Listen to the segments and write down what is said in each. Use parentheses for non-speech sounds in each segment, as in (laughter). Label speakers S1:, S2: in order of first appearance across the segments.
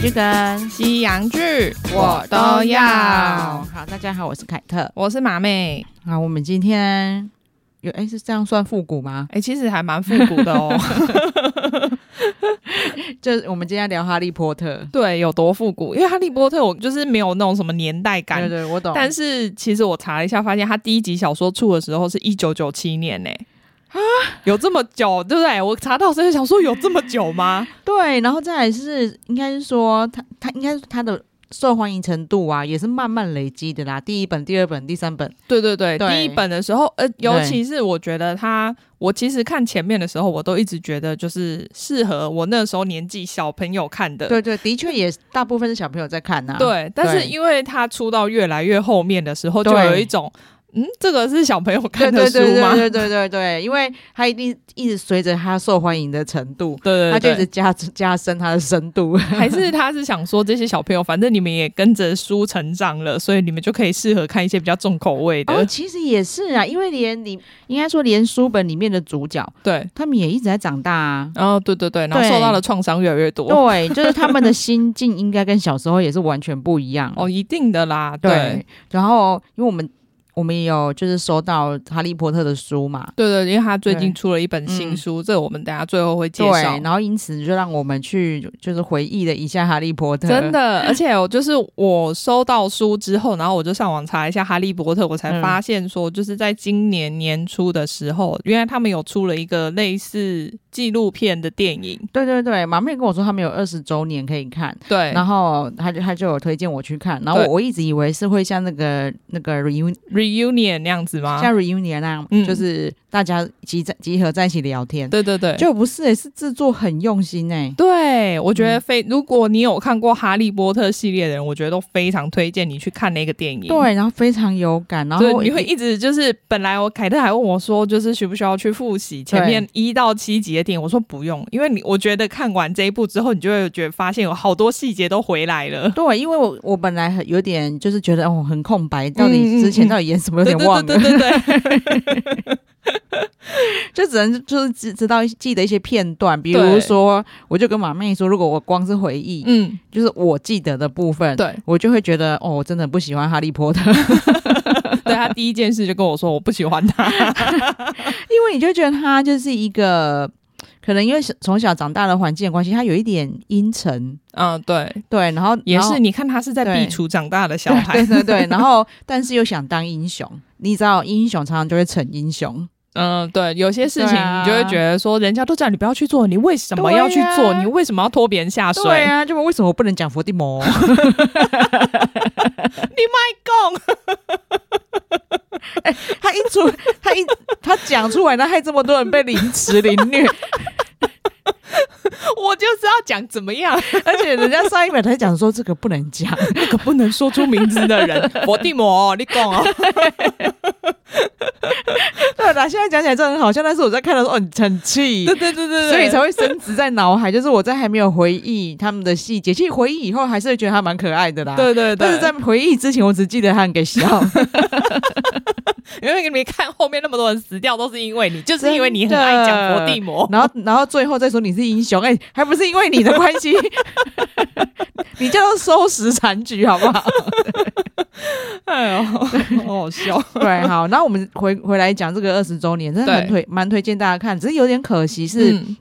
S1: 剧跟
S2: 西洋剧
S1: 好，大家好，我是凯特。
S2: 我是马妹，
S1: 好，我们今天有哎、是这样算复古吗？
S2: 哎、其实还蛮复古的 (laughs) 哦。
S1: 就是我们今天要聊哈利波特。
S2: 对，有多复古？因为《哈利波特》我就是没有那种什么年代感，
S1: 对对，我懂。
S2: 但是其实我查了一下，发现他第一集小说出的时候是一九九七年呢、啊，有这么久，对不对？我查到时候想说有这么久吗？
S1: 对，然后再来是，应该是说他他应该是他的受欢迎程度啊，也是慢慢累积的啦。第一本、第二本、第三本，
S2: (laughs) 对对对，
S1: 对
S2: 第一本的时候，呃，尤其是我觉得他，我其实看前面的时候，我都一直觉得就是适合我那时候年纪小朋友看的。
S1: 对对，的确也大部分是小朋友在看呐、啊。
S2: 对，但是因为他出到越来越后面的时候，就
S1: 对
S2: 有一种，嗯，这个是小朋友
S1: 对
S2: 看的
S1: 对
S2: 书
S1: 对对
S2: 吗？
S1: 对对对对，因为他一定一直随着他受欢迎的程度，
S2: (laughs) 对
S1: 他
S2: 对
S1: 就一 (laughs) 直
S2: 对
S1: 加加深他的深度。
S2: 还是他是想说这些小朋友，反正你们也跟着书成长了，所以你们就可以适合看一些比较重口味的。
S1: 哦，其实也是啊，因为连你应该说连书本里面的主角，
S2: 对，
S1: 他们也一直在长大啊。
S2: 然后对对对，然后
S1: 对哦
S2: 受到的创伤越来越多。
S1: 对，就是他们的心境应该跟小时候也是完全不一样。
S2: 哦，一定的啦，
S1: 对，然后因为我们我们也有就是收到《哈利波特》的书嘛，
S2: 对对，因为他最
S1: 对
S2: 近出了一本新
S1: 嗯
S2: 书，这我们等一下最后会介
S1: 对，
S2: 绍
S1: 然。后因此就让我们去就是回忆了一下《哈利波特》，
S2: 真的，而且我就是我收到书之后，然后我就上网查一下《哈利波特》，我才
S1: 嗯
S2: 发现说，就是在今年年初的时候，原来他们有出了一个类似纪录片的电影。
S1: 对对对，马妹跟我说他们有二十周年可以看，
S2: 对，
S1: 然后他就他就有推荐我去看，然后我
S2: 对
S1: 我一直以为是会像那个那个 reunion
S2: reunion 那样子吗？
S1: 像 reunion 那样，
S2: 啊嗯
S1: 就是大家集在集合在一起聊天，
S2: 对对对，
S1: 就不是、欸，是制作很用心哎、
S2: 对，我觉得
S1: 嗯
S2: 非、如果你有看过《哈利波特》系列的人，我觉得都非常推荐你去看那个电影。
S1: 对，然后非常有感，然
S2: 嗯对，
S1: 后
S2: 你会一直就是，本来我凯特还问我说，就是需不需要去复习前面一到七集的电影？我说不用，因为你我觉得看完这一部之后，你就会觉得发现有好多细节都回来了。
S1: 对，因为我我本来很有点就是觉得哦很空白，到
S2: 嗯嗯
S1: 底之前
S2: 嗯
S1: 到底演什么有
S2: 对
S1: 点
S2: 对
S1: 忘了，
S2: 对对
S1: (laughs)
S2: 对对，
S1: 就只能就是只知道一记得一些片段，比
S2: 对
S1: 如说我就跟马妹说，如果我光是回忆，
S2: 嗯，
S1: 就是我记得的部分，
S2: 对
S1: 我就会觉得哦，我真的不喜欢哈利波特，
S2: 对，他第一件事就跟我说我不喜欢
S1: (laughs)
S2: 他，
S1: 因为你就觉得他就是一个。可能因为小从小长大的环境的关系，他有一点阴沉，
S2: 嗯，对，
S1: 对，然后
S2: 也
S1: 然后
S2: 是，你看他是在
S1: 对
S2: 壁橱长大的小孩
S1: 对，对对， (laughs) 然后但是又想当英雄，你知道英雄常常就会逞英雄，
S2: 嗯，对，有些事情
S1: 对啊
S2: 你就会觉得说，人家都叫你不要去做，你为什么要去做？
S1: 对啊
S2: 你为什么要拖别人下水？
S1: 对啊，就为什么我不能讲伏地魔？
S2: 共
S1: (laughs) 他一出他一他讲出来，那害这么多人被凌迟凌虐，
S2: (laughs)
S1: (laughs)
S2: 我就是要讲怎么样，
S1: 而且人家上一秒才讲说这个不能讲，
S2: 那个不能说出名字的 (laughs) 人，伏地魔、你讲哦。
S1: 对啦，现在讲起来真的很好笑，但是我在看的时候很很气。
S2: (laughs) 对对对对，对
S1: 所以才会升值在脑海，就是我在还没有回忆他们的细节，其实回忆以后还是会觉得他蛮可爱的啦。，
S2: 对对对，
S1: 但是在回忆之前，我只记得他很给 (laughs) 笑，
S2: 因为你没看后面那么多人死掉，都是因为你，就是因为你很爱讲伏地魔。
S1: 然后然后最后再说你是英雄，哎、还不是因为你的关系， (laughs) 你叫做收拾残局好不好？
S2: (laughs) 哎呦，好好笑。
S1: 对，好，那我们回回来讲这个二十周年，真的很推蛮推荐大家看，只是有点可惜是、
S2: 嗯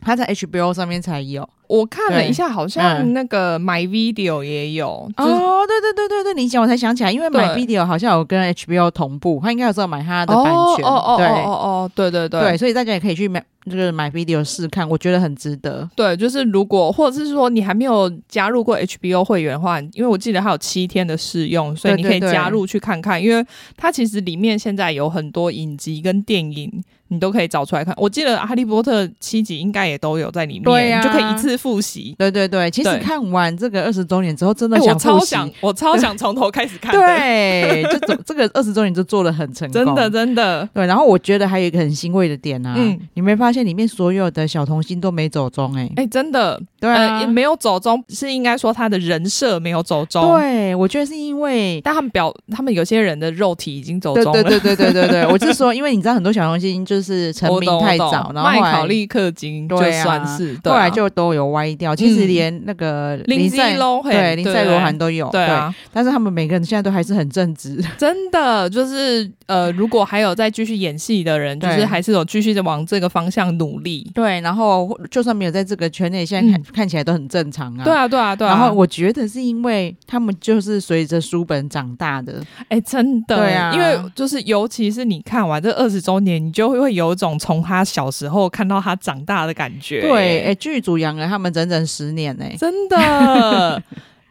S1: 它在 HBO 上面才有。
S2: 我看了
S1: 对
S2: 一下，好像那个 My Video 也有，就是
S1: 哦，对对对对对，你讲我才想起来，因为买
S2: 对
S1: Video 好像有跟 HBO 同步，他应该有时候买它的版权，
S2: 哦哦哦
S1: 对、
S2: 哦哦，对对对
S1: 对，所以大家也可以去买这个买 Video 试看，我觉得很值得。
S2: 对，就是如果或者是说你还没有加入过 HBO 会员的话，因为我记得它有七天的试用，所以你可
S1: 对
S2: 以
S1: 对对
S2: 加入去看看，因为它其实里面现在有很多影集跟电影。你都可以找出来看，我记得《哈利波特》七集应该也都有在里面，
S1: 对啊
S2: 你就可以一次复习。
S1: 对对对，其实
S2: 对
S1: 看完这个二十周年之后，真的
S2: 哎，我超
S1: 复习
S2: 想，我超想从头开始看的，
S1: (laughs) 对，就这这个二十周年就做的很成功，
S2: 真的真的，
S1: 对，然后我觉得还有一个很欣慰的点啊，
S2: 嗯
S1: 你没发现里面所有的小童星都没走中哎、
S2: 哎，真的，
S1: 对
S2: 呃，
S1: 啊，
S2: 也没有走中，是应该说他的人设没有走中，，
S1: 对，我觉得是因为。
S2: 但他们表，他们有些人的肉体已经走
S1: 对
S2: 中了，
S1: 对对对对对对，我是说，因为你知道很多小童星就是成
S2: 我
S1: 名
S2: 懂
S1: 太
S2: 我懂
S1: 早，然后
S2: 麦
S1: 后来
S2: 考利克金就
S1: 对啊
S2: 算是，对啊嗯
S1: 后来就都有歪掉。其实连那个
S2: 林
S1: 林赛
S2: 基罗
S1: 对林赛罗韩都有
S2: 对啊，
S1: 但是他们每个人现在都还是很正直，
S2: 真的就是呃，如果还有再继续演戏的人，就
S1: 对
S2: 是还是有继续的往这个方向努力。
S1: 对。然后就算没有在这个圈内，现在看、看起来都很正常嗯啊。
S2: 对。啊，对啊，对啊。
S1: 然后我觉得是因为他们就是随着书本长大的，
S2: 哎、真的，
S1: 对啊
S2: 因为就是尤其是你看完这二十周年，你就会有一种从他小时候看到他长大的感觉。
S1: 对，哎，剧组养了他们整整十年呢、
S2: 真
S1: (laughs)
S2: 的。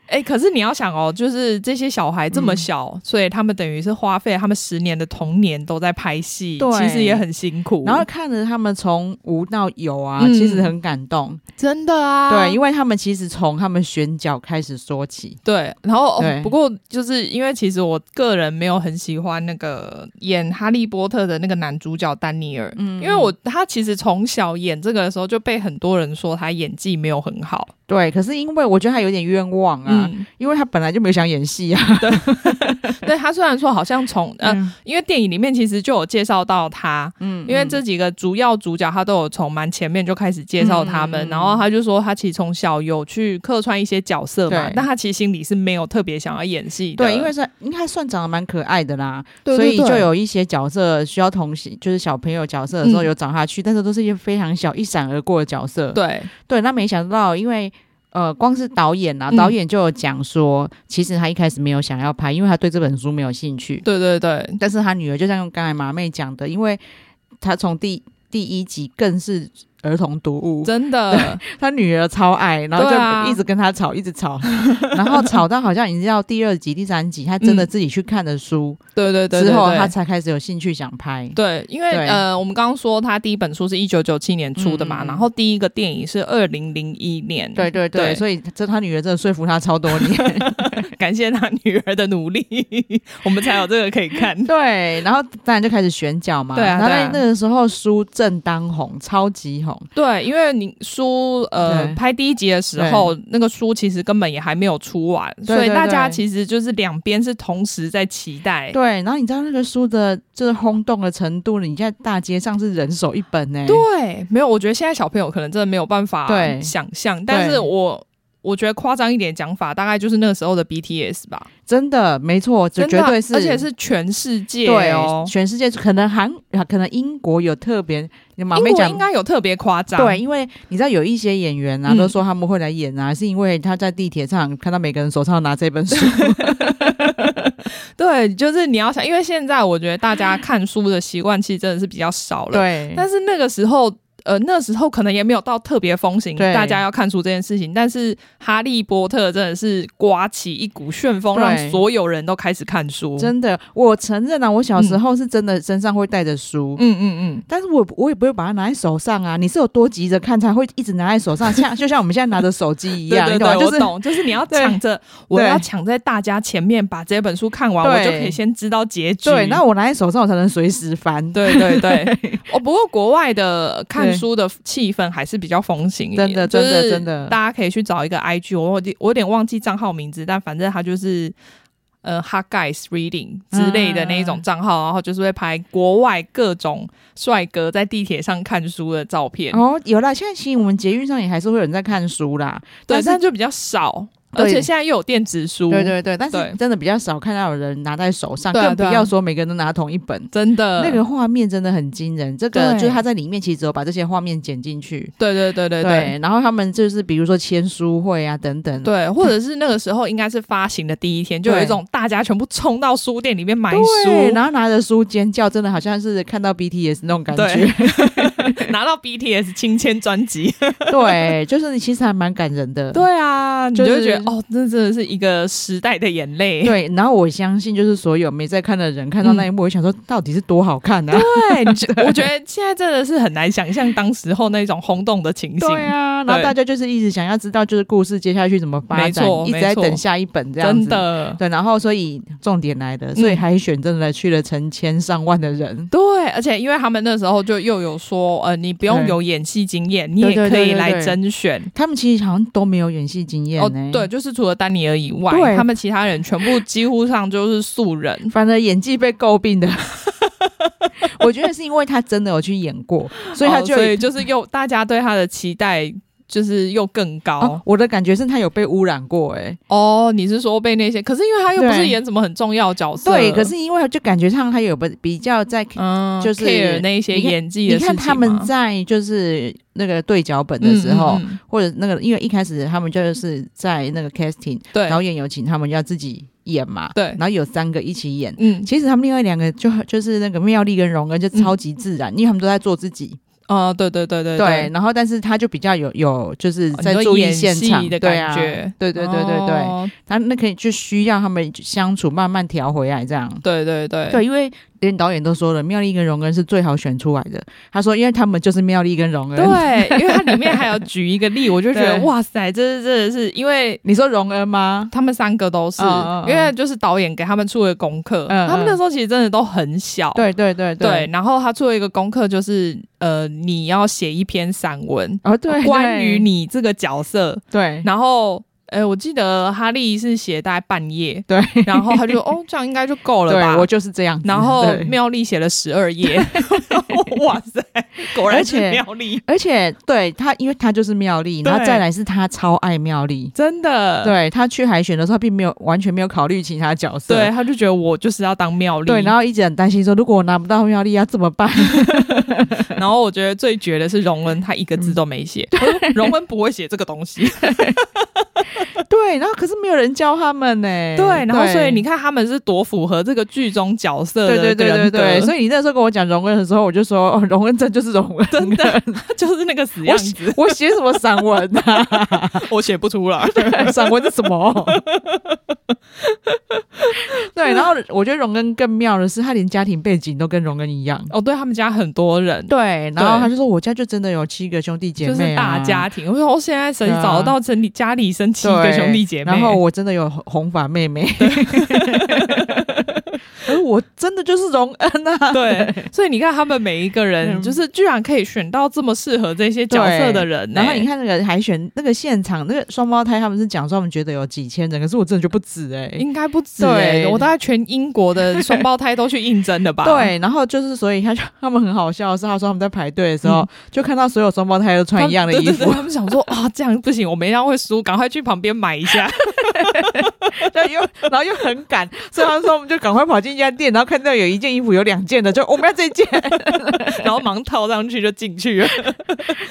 S2: 哎、可是你要想哦，就是这些小孩这
S1: 嗯
S2: 么小，所以他们等于是花费他们十年的童年都在拍戏，
S1: 对
S2: 其实也很辛苦。
S1: 然后看着他们从无到有啊，
S2: 嗯
S1: 其实很感动。
S2: 真的啊，
S1: 对，因为他们其实从他们选角开始说起。
S2: 对，然后、哦
S1: 对
S2: 不过就是因为其实我个人没有很喜欢那个演哈利波特的那个男主角丹尼尔，
S1: 嗯
S2: 因为我他其实从小演这个的时候就被很多人说他演技没有很好
S1: 对，可是因为我觉得他有点冤枉啊，
S2: 嗯，
S1: 因为他本来就没有想演戏啊。
S2: 对他虽然说好像从呃，
S1: 嗯
S2: 因为电影里面其实就有介绍到他。
S1: 嗯
S2: 因为这几个主要主角，他都有从蛮前面就开始介绍他们，
S1: 嗯
S2: 然后他就说他其实从小有去客串一些角色嘛
S1: 对，
S2: 但他其实心里是没有特别想要演戏的，
S1: 对，因为是应该算长得蛮可爱的啦，
S2: 对
S1: 所
S2: 对
S1: 以就
S2: 对
S1: 有一些角色需要同行，就是小朋友角色的时候
S2: 嗯
S1: 有找他去，但是都是一些非常小一闪而过的角色。
S2: 对
S1: 对，那没想到因为。呃，光是导演啊，
S2: 嗯
S1: 导演就有讲说，其实他一开始没有想要拍，因为他对这本书没有兴趣。
S2: 对对对，
S1: 但是他女儿就像刚才马妹讲的，因为他从第第一集更是儿童读物，
S2: 真的，
S1: 他女儿超爱，然后
S2: 对啊
S1: 就一直跟他吵，一直吵， (laughs) 然后吵到好像已经到第二集、第三集，他真
S2: 嗯
S1: 的自己去看的书、
S2: 对对对
S1: 之后，
S2: 对
S1: 他才开始有兴趣想拍。
S2: 对，因为
S1: 对
S2: 呃，我们刚刚说他第一本书是一九九七年出的嘛，
S1: 嗯嗯嗯
S2: 然后第一个电影是二零零一年，
S1: 对对对，所以这他女儿真的说服他超多年。
S2: (laughs)
S1: (laughs)
S2: 感谢他女儿的努力， (laughs) 我们才有这个可以看。
S1: 对，然后当然就开始选角嘛。
S2: 对啊
S1: 然后
S2: 对
S1: 那
S2: 啊
S1: 那个时候书正当红，超级红。
S2: 对，因为你书呃
S1: 对
S2: 拍第一集的时候，那个书其实根本也还没有出完，
S1: 对
S2: 所以
S1: 对
S2: 大家
S1: 对
S2: 其实就是两边是同时在期待。
S1: 对，然后你知道那个书的就是轰动的程度，你在大街上是人手一本呢、
S2: 对，没有，我觉得现在小朋友可能真的没有办法
S1: 对
S2: 想象，但是
S1: 对
S2: 我我觉得夸张一点讲法，大概就是那个时候的 BTS 吧。
S1: 真的没错，这
S2: 真
S1: 绝
S2: 的，啊
S1: 对是，
S2: 而且是全世界
S1: 对
S2: 哦。
S1: 全世界可能韩，啊可能英国有特别，你马妹
S2: 英国
S1: 讲
S2: 应该有特别夸张，
S1: 对，，因为你知道有一些演员啊，
S2: 嗯
S1: 都说他们会来演啊，是因为他在地铁上看到每个人手上拿这本书，
S2: (laughs) 对，就是你要想，因为现在我觉得大家看书的习惯其实真的是比较少了，
S1: 对
S2: 但是那个时候。呃，那时候可能也没有到特别风行，
S1: 对
S2: 大家要看书这件事情。但是《哈利波特》真的是刮起一股旋风，
S1: 对
S2: 让所有人都开始看书。
S1: 真的，我承认啊，我小时候是真的身上会带着书。
S2: 嗯嗯
S1: 但是我我也不会把它拿在手上啊！你是有多急着看才会一直拿在手上，
S2: (laughs)
S1: 像就像我们现在拿着手机一
S2: 嗯，对
S1: 样，
S2: 对
S1: 你
S2: 对，
S1: 懂吗？就
S2: 我
S1: 是
S2: 懂，就是你要
S1: (laughs) 对
S2: 抢着，我
S1: 对
S2: 要抢在大家前面把这本书看完，
S1: 对
S2: 我就可以先知道结局。
S1: 对，那我拿在手上我才能随时翻。
S2: 对
S1: (laughs)
S2: 对对，哦，不过国外的看
S1: 对
S2: 书的气氛还是比较风行一点，
S1: 真的
S2: 就
S1: 真的
S2: 是
S1: 真的
S2: 大家可以去找一个 IG，我有点我有点忘记账号名字，但反正他就是。呃，Hot Guys Reading 之类的那一
S1: 嗯
S2: 种账号，然后就是会拍国外各种帅哥在地铁上看书的照片，
S1: 哦，有啦，现在其实我们捷运上也还是会有人在看书啦。
S2: 对，
S1: 但是
S2: 但就比较少，
S1: 对
S2: 而且现在又有电子书，
S1: 对对对，但
S2: 对
S1: 是真的比较少看到有人拿在手上，
S2: 对啊
S1: 更不
S2: 对啊
S1: 要说每个人都拿同一本。
S2: 真的
S1: 那个画面真的很惊人，这个
S2: 对
S1: 就是他在里面其实只有把这些画面剪进去，
S2: 对对对对对
S1: 然后他们就是比如说签书会啊等等，
S2: 对，或者是那个时候应该是发行的第一天，就有一
S1: 对
S2: 种大家全部冲到书店里面买
S1: 对，
S2: 书，
S1: 然后拿着书尖叫，真的好像是看到 BTS 那种感觉，
S2: (laughs) 拿到 BTS 亲签专辑。
S1: (laughs) 对，就是其实还蛮感人的，
S2: 对 (laughs) 啊，你就
S1: 就是
S2: 会觉得哦，这真的是一个时代的眼泪。
S1: 对然后我相信就是所有没在看的人看到那一幕，我想说到底是多好看 (laughs) 啊，
S2: (laughs) 对，你觉我觉得现在真的是很难想象当时候那种轰动的情形。
S1: 对啊，然后
S2: 对
S1: 大家就是一直想要知道就是故事接下去怎么发
S2: 没
S1: 展
S2: 错，
S1: 一直
S2: 没
S1: 在
S2: 错
S1: 等下一本这样子，
S2: 真的。
S1: 对，然后所以重点来了，所以
S2: 嗯
S1: 海选真的去了成千上万的人。
S2: 对，而且因为他们那时候就又有说，呃，你不用
S1: 对
S2: 有演戏经验，你
S1: 对
S2: 也
S1: 对
S2: 可
S1: 对
S2: 以
S1: 对
S2: 来
S1: 对
S2: 甄选。
S1: 他们其实好像都没有演戏经验、
S2: 哦
S1: 呢。，
S2: 对，，就是除了丹尼尔以外
S1: 对，
S2: 他们其他人全部几乎上就是素人。
S1: 反而演技被诟病 (laughs) 的。我觉得是因为他真的有去演过，所以他
S2: 哦
S1: 就、
S2: 所以就是又大家对他的期待就是又更高
S1: 哦，我的感觉是他有被污染过、欸，
S2: 哦。你是说被那些？可是因为他又不是
S1: 对
S2: 演什么很重要的角色，
S1: 对，可是因为就感觉上他有被比较在 (laughs)
S2: 嗯，
S1: 就是
S2: care 那一些演技
S1: 你
S2: 的事情
S1: 看他们
S2: 吗
S1: 在就是那个对脚本的时候，
S2: 嗯嗯嗯
S1: 或者那个，因为一开始他们就是在那个 casting，
S2: 对，
S1: 导演有请他们要自己演嘛，
S2: 嗯对
S1: 然后有三个一起演。
S2: 嗯
S1: 其实他们另外两个就就是那个妙丽跟荣恩就超级自然，因为他们都在做自己，
S2: 哦，对对对对对，
S1: 然后，但是他就比较有有就是
S2: 哦
S1: 在
S2: 你说
S1: 注意
S2: 演
S1: 现
S2: 戏
S1: 场
S2: 的
S1: 对
S2: 感
S1: 啊
S2: 觉
S1: 对对对对对，
S2: 哦
S1: 他那可以就需要他们相处，慢慢调回来这样。
S2: 对对对
S1: 对，因为连导演都说了，妙丽跟荣恩是最好选出来的。他说，因为他们就是妙丽跟荣恩。，
S2: 对，因为它里面还有举一个例，我就觉得
S1: 对
S2: 哇塞，这是真的是因为。
S1: 你说荣恩吗？
S2: 他们三个都是，
S1: 嗯嗯嗯
S2: 因为就是导演给他们出的功课，
S1: 嗯嗯
S2: 他们那时候其实真的都很小，
S1: 对对对
S2: 对。然后他出了一个功课，就是呃，你要写一篇散文，
S1: 哦对，
S2: 关于
S1: 对
S2: 你这个角色。
S1: 对
S2: 然后，呃，我记得哈利是写大概半页，
S1: 对
S2: 然后他就哦，这样应该就够了吧
S1: 对，。我就是这样子。
S2: 然后
S1: 对
S2: 妙丽写了十
S1: (laughs)
S2: 二页，哇塞，果然是
S1: 而且
S2: 妙丽，
S1: 而且对他，因为他就是妙丽，
S2: 对呃
S1: 然后再来是他超爱妙丽。
S2: 真的，
S1: 对他去海选的时候，他并没有完全没有考虑其他角色。
S2: 对，他就觉得我就是要当妙丽。
S1: 对，然
S2: 后
S1: 后一直很担心说，如果我拿不到妙丽要怎么 (laughs) 办？
S2: 然后我觉得最绝的是荣恩，他一个
S1: 嗯
S2: 字都没写。 (laughs) 我说荣恩不会写这个东西。
S1: 对，然后可是没有人教他们呢、
S2: 对，然后所以你看他们是多符合这个剧中角色的
S1: 对对对对对，所
S2: 以
S1: 以你那时候跟我讲荣恩的时候，我就说哦，荣恩真就是荣恩，真的。
S2: 他就是那个死样
S1: 我
S2: 子，
S1: 写 (laughs) 我写什么散文啊？
S2: 我写不出来。
S1: (laughs) 散文是什 (laughs) 么？对，然后我觉得荣恩更妙的是，他连家庭背景都跟荣恩一样。
S2: (laughs) 哦，对他们家很多人，
S1: 对，然后
S2: 对
S1: 他就说我家就真的有七个兄弟姐
S2: 就
S1: 妹、
S2: 是
S1: 啊，
S2: 大家庭。我说哦现在谁
S1: 对啊
S2: 找得到整理家里生七
S1: 对
S2: 个兄弟姐妹？
S1: 然后我真的有红红发妹妹， (laughs) 而我真的就是荣恩啊，(laughs)
S2: (laughs) 对，所以你看他们每一个人，
S1: 嗯
S2: 就是居然可以选到这么适合这些 (laughs) 角色的人、
S1: 然后
S2: 欸
S1: 你看那个海选那个现场，那个双胞胎他们是讲说他们觉得有几千人，可是我真的就不止哎、
S2: 应该不止、
S1: 对
S2: 欸，我大概全英国的双胞胎都去应征了吧？
S1: 对，然后就是所以他就他们很好笑的是，他说他们在排队的时候、
S2: 嗯
S1: 就看到所有双胞胎都 (laughs)
S2: 他
S1: 穿
S2: 们，
S1: 一样的
S2: (laughs) 对
S1: 衣
S2: 对对
S1: 服，
S2: 他们想说啊，这样不行，我们一样会输，赶快去旁边买一下。
S1: (laughs) 对，又然后又很赶，所以他说我们就赶快跑进一家店，然后看到有一件衣服有两件的，就哦我们要这件， (laughs)
S2: (laughs) 然后忙套上去就进去 (laughs) 了，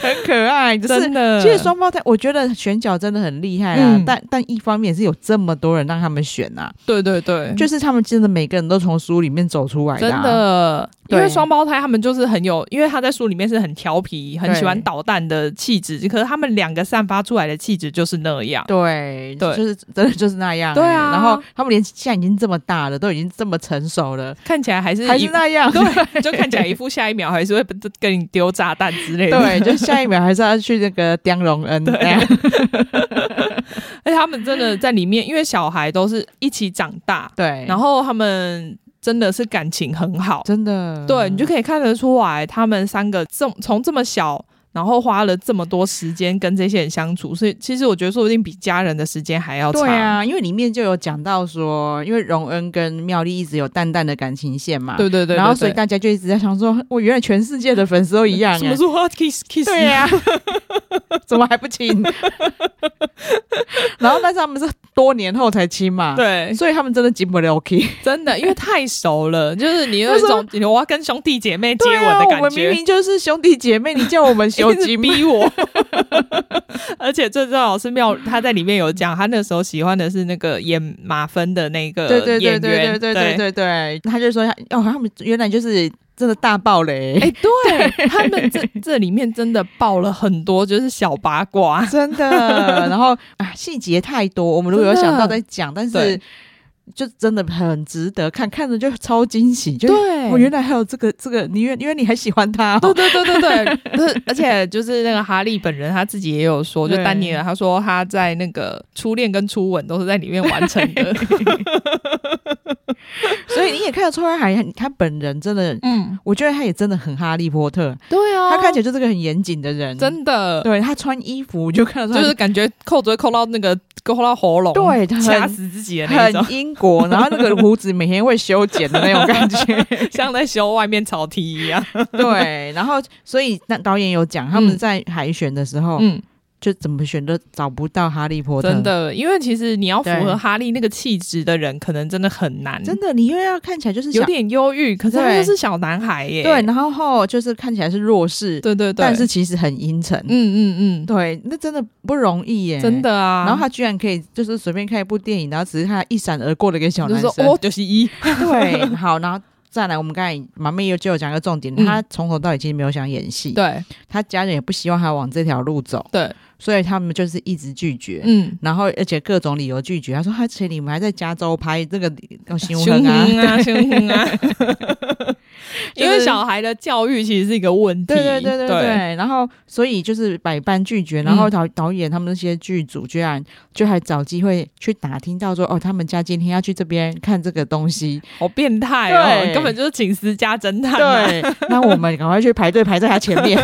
S1: 很可爱，就是
S2: 真的。
S1: 其实双胞胎，我觉得选角真的很厉害啊，
S2: 嗯
S1: 但但一方面是有这么多人让他们选啊，
S2: 对对对，
S1: 就是他们真的每个人都从书里面走出来
S2: 真
S1: 啊、
S2: 的，因
S1: 对
S2: 为双胞胎他们就是很有，因为他在书里面是很调皮，很喜欢捣蛋的气质，可是他们两个散发出来的气质就是那样。
S1: 对
S2: 对
S1: 就是真的就是那样、
S2: 对啊
S1: 然后他们连现在已经这么大了，都已经这么成熟了，
S2: 看起来还是
S1: 还
S2: 一
S1: 是那样。
S2: 对，就看起来一副下一秒还是会跟你丢炸弹之类的。
S1: 对，就下一秒还是要去那个刁荣 (laughs) 恩。对，
S2: (laughs) 而且他们真的在里面，因为小孩都是一起长大，
S1: 对
S2: 然后他们真的是感情很好，
S1: 真的，
S2: 对你就可以看得出来，他们三个这从这么小，然后花了这么多时间跟这些人相处，所以其实我觉得说不定比家人的时间还要长。
S1: 对啊，因为里面就有讲到说，因为荣恩跟妙丽一直有淡淡的感情线嘛，
S2: 对对对对
S1: 然后所以
S2: 对
S1: 大家就一直在想说，我原来全世界的粉丝都一 (laughs) 样、欸，
S2: 什么时候要 kiss kiss？
S1: 对啊呀、 (laughs) 怎么还不亲？ (laughs) 然后，但是他们是多年后才亲嘛，，
S2: 对，
S1: 所以他们真的紧不了 k
S2: 真的，因为太熟了，就是你有一
S1: 那时候 (laughs)
S2: 种我要跟兄弟姐妹接
S1: 对
S2: 吻
S1: 啊，
S2: 的
S1: 我
S2: 感
S1: 们明
S2: 觉，
S1: 明就是兄弟姐妹，你叫我
S2: (laughs)
S1: 们
S2: 有
S1: 兄弟妹，
S2: 逼我。而且最重要的是妙，他在里面有讲，他那时候喜欢的是那个演马芬的那
S1: (laughs)
S2: 个
S1: 对对
S2: 演
S1: 对
S2: 员，
S1: 对对对对对对，他就说他哦，他们原来就是真的大爆雷， (laughs)
S2: 哎、 (laughs) 对他们这这里面真的爆了很多，就是小八卦。
S1: 真的。然后啊，细节太多，我们如果有
S2: 真的
S1: 想到再讲，但是
S2: 对
S1: 就真的很值得看，看着就超惊喜，就哦
S2: 对
S1: 我原来还有这个这个，你原因为你还喜欢他、
S2: 对
S1: 哦，
S2: 对对对
S1: (laughs)
S2: 对，就是而且就是那个哈利本人他自己也有说，就
S1: 对
S2: 丹尼尔他说他在那个初恋跟初吻都是在里面完成
S1: (laughs)
S2: 的，
S1: 所以你也看得出来，还他本人真的 (laughs)
S2: 嗯，
S1: 我觉得他也真的很哈利波特，
S2: 对啊，
S1: 他看起来就是个很严谨的人，
S2: 真的
S1: 对他穿衣服我就看得出
S2: 就
S1: 来
S2: 是感觉扣子会扣到那个扣到喉咙，
S1: 对很
S2: 掐死自己的那一种，
S1: 很英国，然后那个胡子每天会修剪的那种感 (laughs) 觉，
S2: 像在修外面草皮一样。
S1: 对，然后所以那导演有讲他们在海选的时候，
S2: 嗯，
S1: 就怎么选都找不到哈利波特。
S2: 真的，因为其实你要符
S1: 对
S2: 合哈利那个气质的人，可能真的很难，
S1: 真的，你又要看起来就是小
S2: 有点忧郁，可是他
S1: 对
S2: 又是小男孩耶，
S1: 对，然后后就是看起来是弱势，
S2: 对对对，
S1: 但是其实很阴沉。
S2: 嗯嗯嗯，
S1: 对，那真的不容易耶，
S2: 真。的啊，
S1: 然后他居然可以就是随便看一部电影，然后只是看他一闪而过的一个小
S2: 就
S1: 男
S2: 是
S1: 生
S2: 说。哦，就是一，
S1: 对， (laughs) 好，然后再来，我们刚才马妹又就有讲一个重点，
S2: 嗯
S1: 他从头到尾其实没有想演戏，
S2: 对
S1: 他家人也不希望他往这条路走，
S2: 对，
S1: 所以他们就是一直拒绝。
S2: 嗯，
S1: 然后，而且各种理由拒绝。他说：“他请你们还在加州拍这个要新
S2: 凶
S1: 闻啊，
S2: 狠啊，凶狠啊， (laughs) 因
S1: 就
S2: 为
S1: 是
S2: 小孩的教育其实是一个问
S1: (laughs)
S2: 题，
S1: 对对对对
S2: 对
S1: 对，然后所以就是百般拒绝，然后
S2: 嗯
S1: 导导演他们那些剧组居然就还找机会去打听到说，哦，他们家今天要去这边看这个东西，
S2: 好变态哦，
S1: 对
S2: 根本就是请私家侦探啊，
S1: 对， (laughs) 那我们赶快去排队排在他前
S2: (laughs)
S1: 面。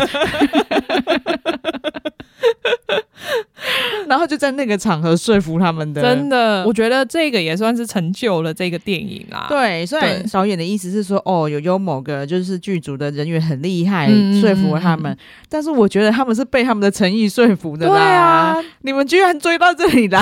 S1: 然后就在那个场合说服他们的，
S2: 真的，我觉得这个也算是成就了这个电影啊啦，
S1: 对，虽然
S2: 对
S1: 导演的意思是说，哦，有有某个就是剧组的人员很厉害，
S2: 嗯
S1: 说服了他们，
S2: 嗯
S1: 但是我觉得他们是被他们的诚意说服的
S2: 对
S1: 啦。
S2: 啊，，
S1: 你们居然追到这里
S2: (laughs)
S1: 来，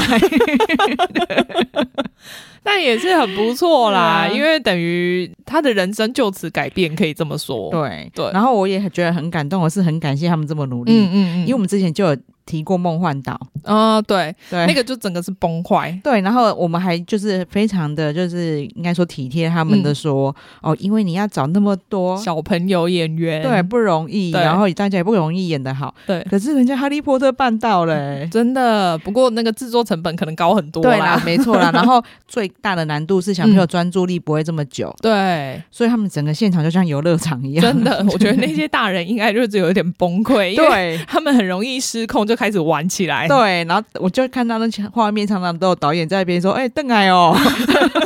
S2: 但也是很不错啦，
S1: 对啊
S2: 因为等于他的人生就此改变，可以这么说。
S1: 对
S2: 对
S1: 然后我也很觉得很感动，我是很感谢他们这么努力，
S2: 嗯嗯嗯，
S1: 因为我们之前就有提过梦幻岛，
S2: 啊、对，
S1: 对，
S2: 那个就整个是崩坏。
S1: 对，然后我们还就是非常的就是应该说体贴他们的说，哦，因为你要找那么多，
S2: 嗯小朋友演员，
S1: 哦对，不容易，
S2: 对
S1: 然后大家也不容易演得好，
S2: 对，
S1: 可是人家哈利波特办到了、
S2: (laughs)
S1: 欸。
S2: 真的。不过那个制作成本可能高很多
S1: 对
S2: 啦。嗯
S1: 啦，没错
S2: (laughs)
S1: 啦。然后最大的难度是小朋友专注力不会这么久， (laughs)
S2: 对，
S1: 所以他们整个现场就像游乐场一样。
S2: 真的，我觉得那些大人应该就是有点崩溃，因为
S1: 对
S2: 他们很容易失控，就开始玩起来。
S1: 对，然后我就看到那些画面，常常都有导演在那边说：“哎、邓艾哦，
S2: (laughs)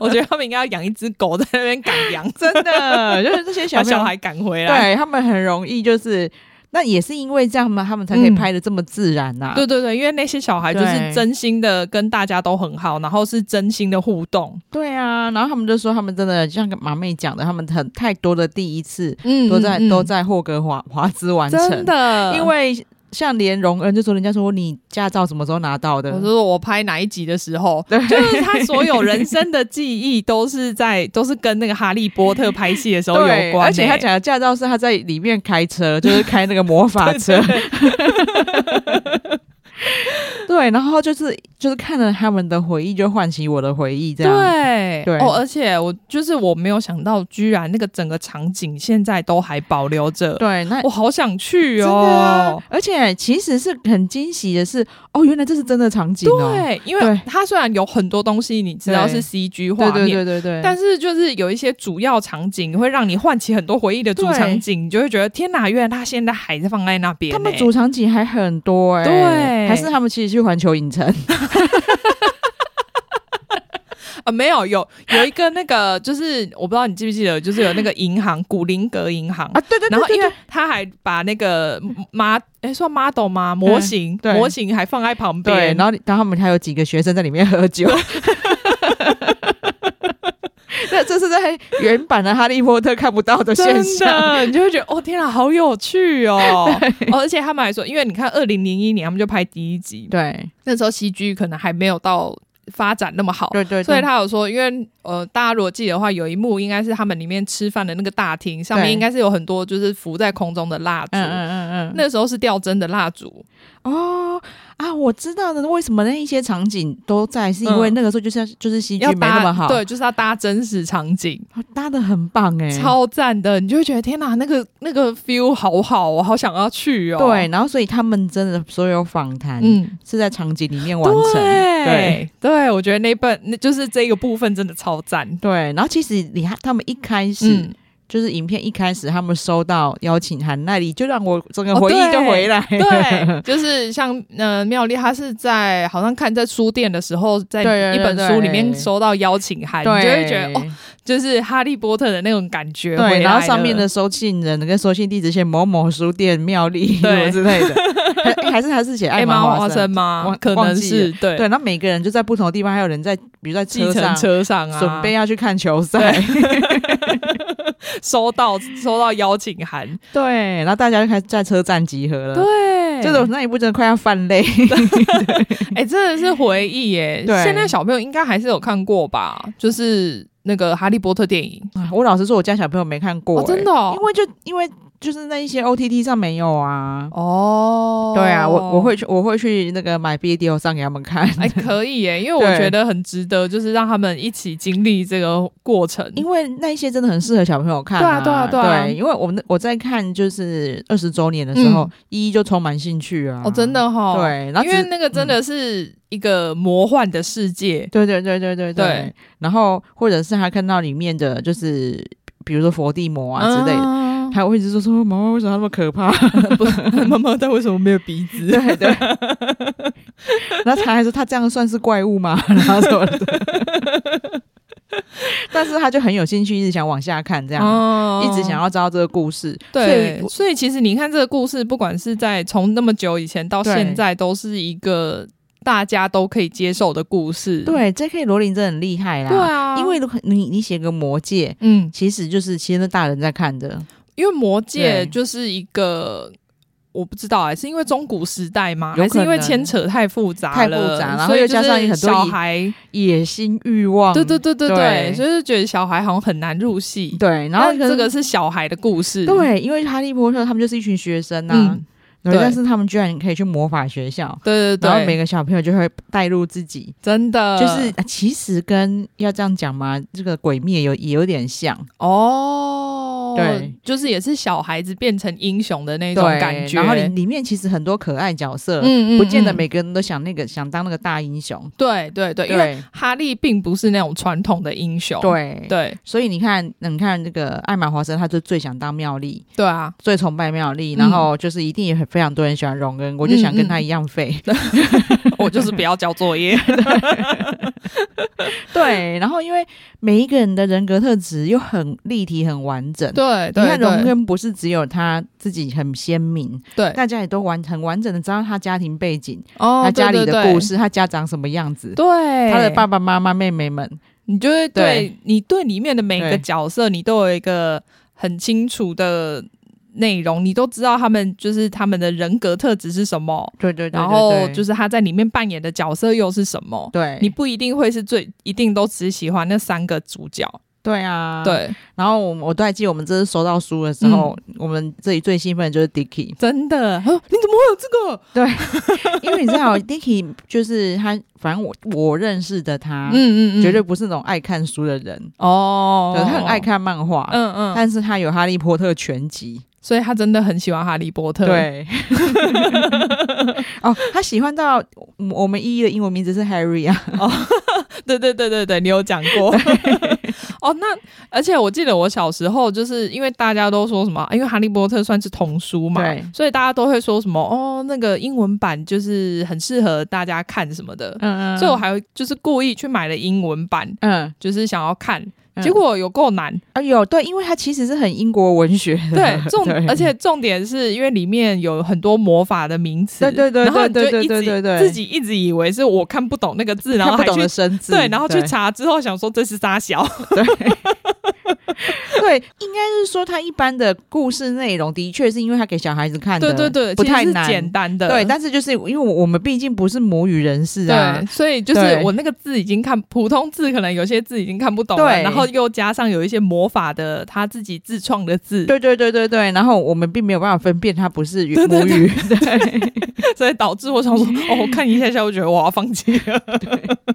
S2: 我觉得他们应该要养一只狗在那边赶
S1: (laughs)
S2: 羊，
S1: 真的，就是这些小
S2: 把
S1: 朋友
S2: 啊小孩赶回来。
S1: 对啊他们很容易就是，那也是因为这样嘛，他们才可以
S2: 嗯
S1: 拍的这么自然啊呐、
S2: 对对对，因为那些小孩就
S1: 对
S2: 是真心的跟大家都很好，然后是真心的互动。
S1: 对啊，然后他们就说，他们真的像马妹讲的，他们很太多的第一次
S2: 嗯
S1: 都在、
S2: 嗯嗯
S1: 都在霍格华华兹完成，
S2: 真的，
S1: 因为。像连荣恩就说，人家说你驾照什么时候拿到的？
S2: 我说我拍哪一集的时候， (laughs) 就是他所有人生的记忆都是在都是跟那个哈利波特拍戏的时候有
S1: 对，
S2: 关、
S1: 而且他。讲的驾照是他在里面开车，就是开那个魔法 (laughs) 车。对，然后就是就是看了他们的回忆，就唤起我的回忆，这样。
S2: 对
S1: 对
S2: 哦，而且我就是我没有想到，居然那个整个场景现在都还保留着，
S1: 对，那
S2: 我好想去
S1: 真的啊
S2: 哦。
S1: 而且其实是很惊喜的是，哦，原来这是真的场景哦。
S2: 对，因
S1: 对
S2: 为它虽然有很多东西你知道
S1: 对
S2: 是 CG 画面，
S1: 对对对对
S2: 但是就是有一些主要场景会让你唤起很多回忆的主
S1: 对
S2: 场景，你就会觉得天哪，原来他现在还在放在那边、欸。
S1: 他们主场景还很多哎、
S2: 对
S1: 还是他们其实去环球影城，
S2: 啊，没有，有有一个那个，就是我不知道你记不记得，就是有那个银行，古灵阁银行。
S1: 啊，对对对
S2: 然后，因
S1: 对
S2: 为他还把那个妈，哎，算 model 吗？模型，
S1: 对
S2: 模型还放在旁
S1: 对对，
S2: 边。
S1: 然后然后他们还有几个学生在里面喝 (laughs) 酒。那这是在原版的《哈利波特》看不到的现
S2: 真
S1: 象，
S2: 的，你就会觉得哦，天啊，好有趣哦！哦 (laughs) 而且他们还说，因为你看，二零零一年他们就拍第一集，
S1: 对
S2: 那时候 CG 可能还没有到发展那么好，
S1: 对对，
S2: 所以
S1: 对
S2: 他有说，因为呃，大家如果记得的话，有一幕应该是他们里面吃饭的那个大厅上面，
S1: 对
S2: 应该是有很多就是浮在空中的蜡烛。
S1: 嗯嗯嗯嗯，
S2: 那时候是吊针的蜡烛，
S1: 哦啊，我知道的，为什么那一些场景都在，是因为
S2: 嗯
S1: 那个时候就是要就是戏剧
S2: 要
S1: 没那么
S2: 搭
S1: 好，
S2: 对，就是要搭真实场景，
S1: 哦，搭的很棒哎、
S2: 超赞的，你就会觉得天哪，那个那个 feel 好好，我好想要去哦。
S1: 对，，然后所以他们真的所有访谈
S2: 嗯，
S1: 是在场景里面完成，对
S2: 对对，我觉得那本那就是这个部分真的超赞。
S1: 对然后其实你看他们一开始、
S2: 嗯，
S1: 就是影片一开始他们收到邀请函那里，就让我整个
S2: 哦
S1: 回忆
S2: 对
S1: 就回来了， (laughs)
S2: 对，就是像呃妙丽，她是在好像看在书店的时候，在
S1: 对对
S2: 一本
S1: 对
S2: 书里面收到邀请函，你
S1: 对，
S2: 就会觉得哦，就是哈利波特的那种感觉回
S1: 对，
S2: 来
S1: 然后上
S2: 了
S1: 面的收信人跟收信地址写某某书店妙丽什么
S2: (laughs) 对
S1: 之类的，还诶还是还是写艾
S2: 艾
S1: 玛
S2: (laughs) 玛
S1: 华
S2: 华
S1: 森
S2: 森。吗
S1: 忘？
S2: 可
S1: 忘
S2: 能
S1: 记
S2: 是对
S1: 对，，然后每个人就在不同的地方，还有人在，比如在
S2: 计
S1: 车上
S2: 程车上啊，
S1: 准备要去看球赛，
S2: 收到收到邀请函，
S1: (laughs) 对，然后大家就开始在车站集合了。
S2: 对，对，
S1: 这种那一部真的快要泛泪。 (laughs)
S2: (laughs) 哎、真的是回忆耶。
S1: 对
S2: 现在小朋友应该还是有看过吧？就是那个《哈利波特》电影，
S1: 啊我老实说，我家小朋友没看过、
S2: 哦、真
S1: 欸
S2: 的哦
S1: 因。为就因为就是那一些 OTT 上没有啊。
S2: 哦，
S1: 对啊，我我会去我会去那个买 video 上给他们看，
S2: 哎、可以耶，因为
S1: 对
S2: 我觉得很值得，就是让他们一起经历这个过程。
S1: (laughs) 因为那一些真的很适合小朋友看、
S2: 对啊对啊对啊
S1: 因为我们我在看就是二十周年的时候
S2: 嗯，
S1: 一、一就充满兴趣啊。
S2: 哦，真、的哈、哦，
S1: 对，然后
S2: 因
S1: 只嗯
S2: 为那个真的是一个魔幻的世界，
S1: 对对对对对
S2: 对
S1: 然后或者是他看到里面的就是比如说佛地魔啊之类的， (laughs)
S2: 的。
S1: 他会一直说说妈妈为什么那么可怕？
S2: 妈妈，他为什么没有鼻子？
S1: (laughs) 对对，然后他还说他这样算是怪物吗？ (laughs) 然后什么的， (laughs) 但是他就很有兴趣，一直想往下看，这样、
S2: 哦
S1: 一直想要知道这个故事。
S2: 对，
S1: 所以
S2: 所以其实你看这个故事，不管是在从那么久以前到
S1: 对
S2: 现在，都是一个大家都可以接受的故事。
S1: 我对 J.K. 罗琳真的很厉害啦，
S2: 对啊，
S1: 因为如果你你写个魔戒，
S2: 嗯，
S1: 其实就是其实那大人在看的，
S2: 因为魔戒
S1: 对
S2: 就是一个。我不知道哎、是因为中古时代吗？
S1: 有
S2: 还是因为
S1: 可能
S2: 牵扯太复杂
S1: 太复
S2: 了
S1: 杂然后
S2: 所以
S1: 又
S2: 就
S1: 加上
S2: 是
S1: 很多
S2: 小
S1: 疑
S2: 孩，
S1: 野心欲望，
S2: 对对对对对，
S1: 对
S2: 就是觉得小孩好像很难入戏。
S1: 对，然后
S2: 但
S1: 可是
S2: 这个是小孩的故事，
S1: 对，因为哈利波特他们就是一群学生呐、啊
S2: 嗯
S1: 对
S2: 对
S1: 但是他们居然可以去魔法学校，
S2: 对对
S1: 然后
S2: 对，呃
S1: 每个小朋友就会带入自己，
S2: 真的
S1: 就是、啊其实跟要这样讲嘛，这个鬼灭有也有点像，
S2: 哦，
S1: 对，
S2: 就是也是小孩子变成英雄的那种感觉。
S1: 然后里里面其实很多可爱角色，
S2: 嗯
S1: 不见得
S2: 嗯
S1: 每个人都想那个想当那个大英雄，
S2: 对对对，因为
S1: 对
S2: 哈利并不是那种传统的英雄。
S1: 对。
S2: 对
S1: 所以你看，你看这个艾玛华森，他就最想当妙丽，(laughs)
S2: 对啊，
S1: 最崇拜妙丽，
S2: 嗯
S1: 然后就是一定也很非常多人喜欢荣恩，我就想跟他一样废。
S2: 我就是不要交作业。
S1: (laughs) 对，然后因为每一个人的人格特质又很立体、很完整。
S2: (laughs) 对
S1: 你
S2: 对
S1: 看荣
S2: 对
S1: 恩不是只有他自己很鲜明，
S2: 对，
S1: 大家也都完很完整的知道他家庭背景，
S2: 哦，
S1: 他家里
S2: 对
S1: 的故，事，他家长什么样子，
S2: 对对
S1: 他的爸，爸妈妈、妹妹们，
S2: 你就会
S1: 对
S2: 对你对里面的每个
S1: 对
S2: 角色，你都有一个很清楚的。内容你都知道，他们就是他们的人格特质是什么，
S1: 对对对，
S2: 然后就是是他在里面扮演的角色又是什么，
S1: 对
S2: 你不一定会是最一定都只喜欢那三个主角，
S1: 对啊，。
S2: 对，嗯
S1: 然后我我都还记得，我们这次收到书的时候，我们这里最兴奋的就是 Dicky，
S2: (laughs) 真的，他说哦你怎么会有这个？
S1: 因为你知道 Dicky 就是他，反正我我认识的他，
S2: 嗯
S1: 绝对不是那种爱看书的人，
S2: 哦
S1: 对，他很爱，看漫画，
S2: 嗯嗯，
S1: 但是他有《哈利波特》全集，
S2: 所以他真的很喜欢哈利波特，，
S1: 对， (laughs) 哦，他喜欢到嗯我们依依的英文名字是 Harry 啊，
S2: 对对对对对，你有讲过。哦，那而且我记得我小时候，就是因为大家都说什么，因为《哈利波特》算是童书
S1: (laughs)
S2: 嘛
S1: 对，
S2: 所以大家都会说什么哦，那个英文版就是很适合大家看什么的，
S1: 嗯
S2: 所以我还就是故意去买了英文版，
S1: 嗯，
S2: 就是想要看，
S1: 嗯
S2: 结果有够难。
S1: 啊有对，因为他其实是很英国文学 (laughs) 的，
S2: 对，重
S1: 对
S2: 而且重点是因为里面有很多魔法的名词，
S1: 对对对
S2: 然后你就
S1: 对对
S2: 一
S1: 对对
S2: 直
S1: 对
S2: 自己一直以为是我看不懂那个
S1: (laughs)
S2: 字，然后
S1: 看
S2: 还
S1: 不
S2: 去
S1: 懂的生字，
S2: 对，然后去查之后想说这是沙小，
S1: 对，应该是说他一般的故事内容的确是因为他给小孩子看的，
S2: (laughs) 对对对，
S1: 不
S2: 其实
S1: 太
S2: 是
S1: 难，
S2: 简单的，
S1: 对，但是就是因为我们毕竟不是母语人士啊
S2: 对，，所以就是
S1: 对
S2: 我那个字已经看普通字，可能有些字已经看不懂了，
S1: 对
S2: 然后又加上有一些魔法的他自己自创的字，
S1: 对对对对对，然后我们并没有办法分辨他不是语母语，对
S2: (laughs) 所以导致我想说，哦，我看一下下，我觉得我要放弃了。
S1: (laughs)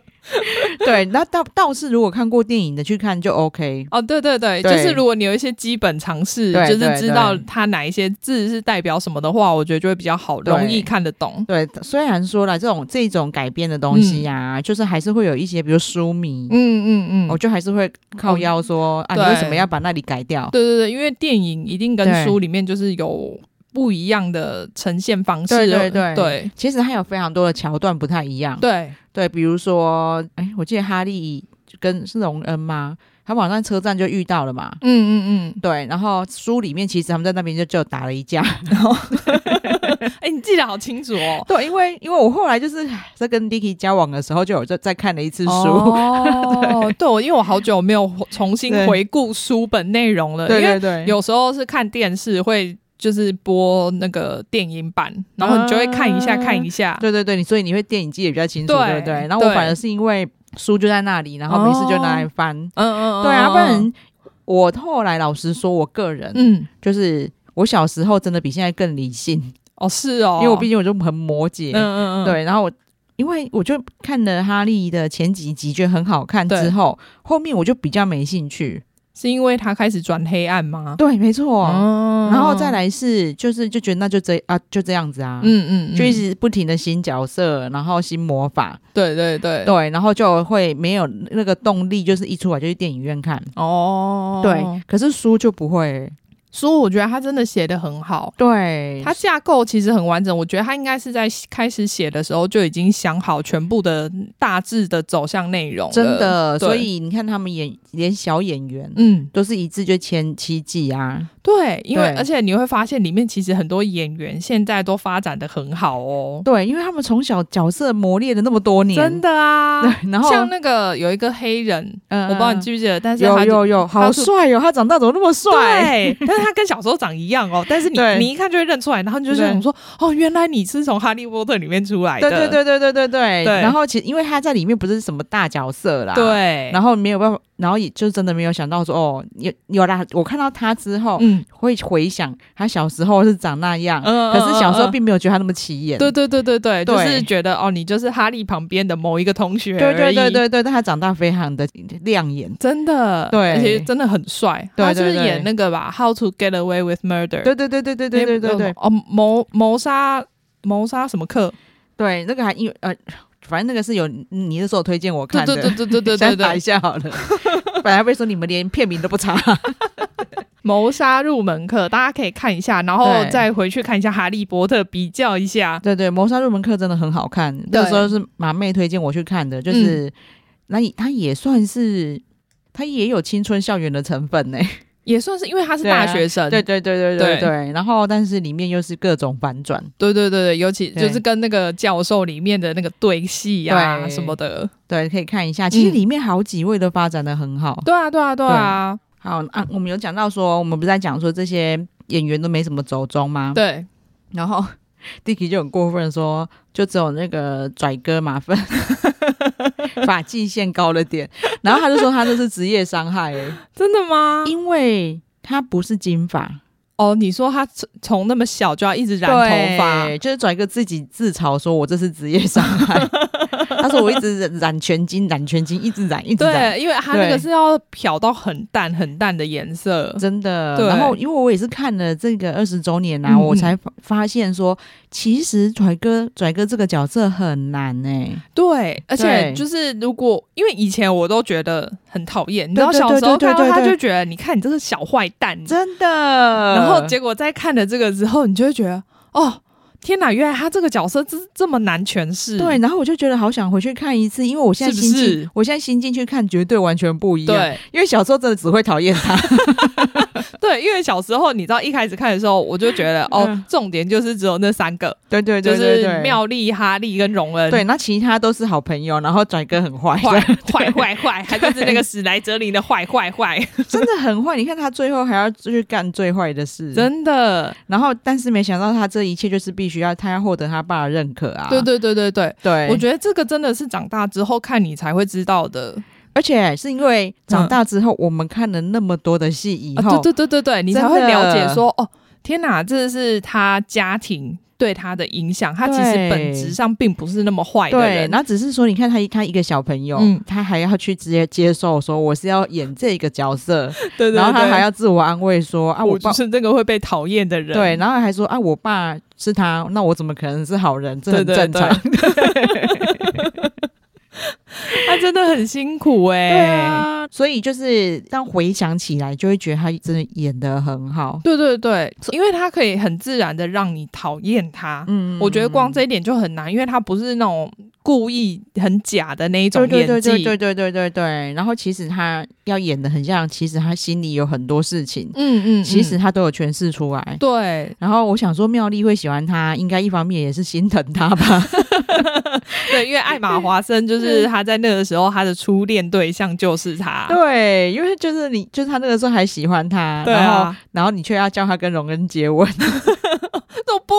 S1: 对，那倒倒是如果看过电影的去看就 OK，
S2: 哦，对对对，
S1: 对
S2: 就是如果你有一些基本常识，
S1: 对
S2: 就是
S1: 对
S2: 知道
S1: 对
S2: 它哪一些字是代表什么的话，我觉得就会比较好，
S1: 对
S2: 容易看得懂。
S1: (laughs) 对，虽然说了这种这种改编的东西呀、就是还是会有一些，比如书迷，
S2: 嗯嗯嗯
S1: 我
S2: 嗯，
S1: 就还是会靠腰说、啊，你
S2: 对
S1: 为什么要把那里改掉？
S2: 对对对，因为电影一定
S1: 对
S2: 跟书里面就是有不一样的呈现方式。
S1: 对对对
S2: 对
S1: 其实还有非常多的桥段不太一样，
S2: 对
S1: 对，比如说，哎，我记得哈利跟是荣恩吗？他们好像在车站就遇到了嘛。
S2: 嗯嗯
S1: 对，然后书里面其实他们在那边就就打了一
S2: 哦
S1: 架。
S2: 嗯，哎，你记得好清楚
S1: (laughs)
S2: 哦。
S1: (laughs) 对，因为因为我后来就是在跟 Dicky 交往的时候，就有再再看了一次书。
S2: 哦， (laughs) 对，我因为我好久没有重新
S1: 对
S2: 回顾书本内容了，因
S1: (laughs) 对
S2: 为
S1: 对对，
S2: 有时候是看电视会。就是播那个电影版，然后你就会看一下、
S1: 啊
S2: 看一下。
S1: 对对对，你所以你会电影记得比较清楚，
S2: 对
S1: 对不对？然后我
S2: 对
S1: 反而是因为书就在那里，然后没事就拿来翻。
S2: 嗯嗯嗯，
S1: 对啊，
S2: 嗯
S1: 不然我后来老实说，我个人、
S2: 嗯，
S1: 就是我小时候真的比现在更理性，
S2: 哦是哦，
S1: 因为我毕竟我就很摩羯，
S2: 嗯嗯嗯，
S1: 对，然后我。因为我就看了哈利的前几集，觉得很好看，
S2: 对
S1: 之后后面我就比较没兴趣。
S2: 是因为他开始转黑暗吗？
S1: 对，没错。
S2: 哦
S1: 然后再，来是就是就觉得那就这啊就这样子啊，
S2: 嗯嗯，嗯
S1: 就一直不停的新角色，然后新魔法，
S2: 对对对，
S1: 对，然后就会没有那个动力，就是一出来就去电影院看。
S2: 哦，
S1: 对，可是书就不会。
S2: 书我觉得他真的写的很好。
S1: 对，
S2: 它架构其实很完整，我觉得他应该是在开始写的时候就已经想好全部的大致的走向内容了
S1: 真的，
S2: 对
S1: 所以你看他们演连小演员
S2: 嗯，
S1: 都是一致就前七季啊，
S2: 对，因为
S1: 对
S2: 而且你会发现里面其实很多演员现在都发展的很好哦，
S1: 对，因为他们从小角色磨练了那么多年，
S2: 真
S1: 的。
S2: 的啊。
S1: 对，然后
S2: 像那个有一个黑人，
S1: 嗯
S2: 我不知道你记不记得，但是
S1: 有
S2: 他就
S1: 有有，
S2: 他
S1: 好
S2: 是
S1: 帅哦！他长大怎么那么帅？
S2: 对，但是他跟小时候长一
S1: (laughs)
S2: 样哦，但是你
S1: 对
S2: 你一看就会认出来，然后你就想说，哦，原来你是从《哈利波特》里面出来的，
S1: 对对对对对对对。
S2: 对
S1: 然后其实因为他在里面不是什么大角色啦，
S2: 对，
S1: 然后没有办法，然后也就真的没有想到说哦，有有啦，我看到他之后、
S2: 嗯，
S1: 会回想他小时候是长那样，
S2: 嗯
S1: 可是小时候
S2: 嗯嗯
S1: 并没有觉得他那么起眼。
S2: 对对对对对，就
S1: 对
S2: 是觉得哦，你就是哈利旁边的某一个同学，
S1: 对对对，对对，但他长大非常的亮眼。
S2: 真的，
S1: 对
S2: 而且真的很帅，
S1: 对
S2: 他是不是
S1: 对对
S2: 演那个吧，《How to Get Away with Murder》？
S1: 对对对对对对对对对
S2: 哦，谋谋杀谋杀什么课？
S1: 对，那个还因为呃，反正那个是有你那时候推荐我
S2: 对
S1: 看的，
S2: 对对
S1: (laughs)
S2: 对对对
S1: 先
S2: 对
S1: 打一
S2: 对，
S1: 下好了。本来被说你们连片名都不查，
S2: 谋杀入门课，大家可以看一下，然后
S1: 对
S2: 再回去看一下《哈利波特》，比较一下。
S1: 对对，《谋杀入门课》真的很好看，那时候是马妹推荐我去看的，就是那也、它也算是。它也有青春校园的成分呢、
S2: 也算是，因为他是
S1: 对啊
S2: 大学生，
S1: 对对对对
S2: 对
S1: 对对。然后，但是里面又是各种反转，
S2: 对对对对尤其
S1: 对
S2: 就是跟那个教授里面的那个对戏啊
S1: 对
S2: 什么的，
S1: 对，可以看一下。其实里面好几位都发展的很好。
S2: 对啊对啊对啊，
S1: 好啊，我们有讲到说，我们不是在讲说这些演员都没什么走中吗？
S2: 对，
S1: 然后 Dicky 就很过分地说，就只有那个拽哥马粪发际线高了点，然后他就说他这是职业伤害、欸，
S2: 真的吗？
S1: 因为他不是金发
S2: 哦，你说他从从那么小就要一直染头发，
S1: 对就是拽哥自己自嘲说我这是职业伤害。他说我一直染染全金，染全金，一直染，一直染。
S2: 对，因为他那个
S1: 对
S2: 是要漂到很淡很淡的颜 (laughs) 色，
S1: 真的
S2: 对，
S1: 然后因为我也是看了这个二十周年啊，
S2: 嗯
S1: 我才发发现说，其实拽哥拽哥这个角色很难哎、
S2: 嗯对，而且
S1: 对
S2: 就是如果因为以前我都觉得很讨厌，你知道
S1: 对对
S2: 小时候
S1: 对
S2: 看
S1: 对
S2: 到他
S1: 对对
S2: 就觉得，你看你这个小坏蛋，
S1: 真的。
S2: 然后结果在看了这个之后，你就会觉得，哦，天哪，原来他这个角色这这么难诠释，
S1: 对，然后我就觉得好想回去看一次，因为我现在
S2: 嗯是
S1: 心
S2: 不
S1: 境，
S2: 是
S1: 我现在心境去看绝对完全不一样。，
S2: 对
S1: 因为小时候真的只会讨厌他。
S2: 对，因为小时候你知道一开始看的时候，我就觉
S1: (laughs)
S2: 得，哦
S1: 嗯，
S2: 重点就是只有那三个，
S1: 对对
S2: 就
S1: 对对
S2: 是
S1: 对，。
S2: 妙丽、哈利跟荣恩，
S1: 对，那其他都是好朋友，然后拽哥很坏， (laughs)
S2: 坏坏坏坏，他就是那个史莱哲林的坏坏坏，
S1: 真的很坏。你看他最后还要去干最坏的事，
S2: 真的，
S1: 然后，但是没想到他这一切就是必须要他要获得他爸的认可啊。
S2: 对对对对对，
S1: 对，
S2: 我觉得这个真的是长大之后看你才会知道的，
S1: 而且是因为长大之后，我们看了那么多的戏以
S2: 嗯啊、
S1: 后，
S2: 对对对对对，你才
S1: 真
S2: 会
S1: 的
S2: 了解说，哦，天哪，这是他家庭对他的影响，他其实
S1: 对
S2: 本质上并不是那么坏的
S1: 对，
S2: 人，
S1: 然后只是说，你看他一他一个小朋友，
S2: 嗯
S1: 他还要去直接接受说我是要演这个角色，
S2: 对 (laughs) 对
S1: 然后他还要自我安慰说啊
S2: 我
S1: 我
S2: 就
S1: 爸
S2: 是那个会被讨厌的人，
S1: 对，然后还说啊我爸是他，那我怎么可能是好人？这很
S2: 对对
S1: 正常。 (laughs)
S2: (laughs) 他真的很辛苦哎、
S1: 对啊，所以就是当回想起来，就会觉得他真的演的很好。
S2: 对对对，因为他可以很自然的让你讨厌他。
S1: 嗯
S2: 我觉得光这一点就很难，因为他不是那种故意很假的那一种
S1: 对
S2: 演技。
S1: 对对对对对对对对，然后其实他要演的很像，其实他心里有很多事情，
S2: 嗯嗯，
S1: 其实
S2: 嗯
S1: 他都有诠释出来。
S2: 对，
S1: 然后我想说，妙丽会喜欢他，应该一方面也是心疼他吧。
S2: (laughs) 对，因为艾玛华森就是他在那个时候，他的初恋对象就是他。
S1: (laughs) 对，因为就是你，就是他那个时候还喜欢他，
S2: 对
S1: 然
S2: 啊
S1: 后然后你却要叫他跟荣恩结婚，
S2: 哦不，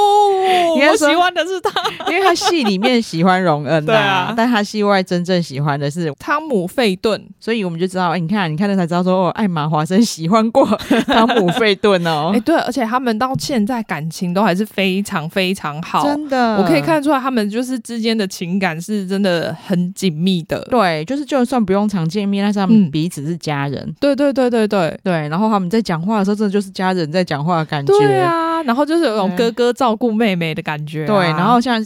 S1: 应该
S2: 我
S1: 说
S2: 喜欢的是他。
S1: (laughs) 因为他戏里面喜欢荣恩呐、
S2: 对啊
S1: 但他戏外真正喜欢的是，
S2: 汤姆·费顿，
S1: 所以我们就知道，哎、你看，你看，那才知道说，哦，艾玛华森喜欢
S2: (laughs)
S1: 过汤姆费顿哦
S2: 哎、，对，而且他们到现在感情都还是非常非常好，
S1: 真的，
S2: 我可以。看出来他们就是之间的情感是真的很紧密的。
S1: 对，就是就算不用常见面，但是他们
S2: 嗯
S1: 彼此是家人。
S2: 对对对对对。
S1: 对，然后他们在讲话的时候，真的就是家人在讲话的感觉。
S2: 对啊，然后就是有种
S1: 对
S2: 哥哥照顾妹妹的感觉啊、
S1: 对，然后像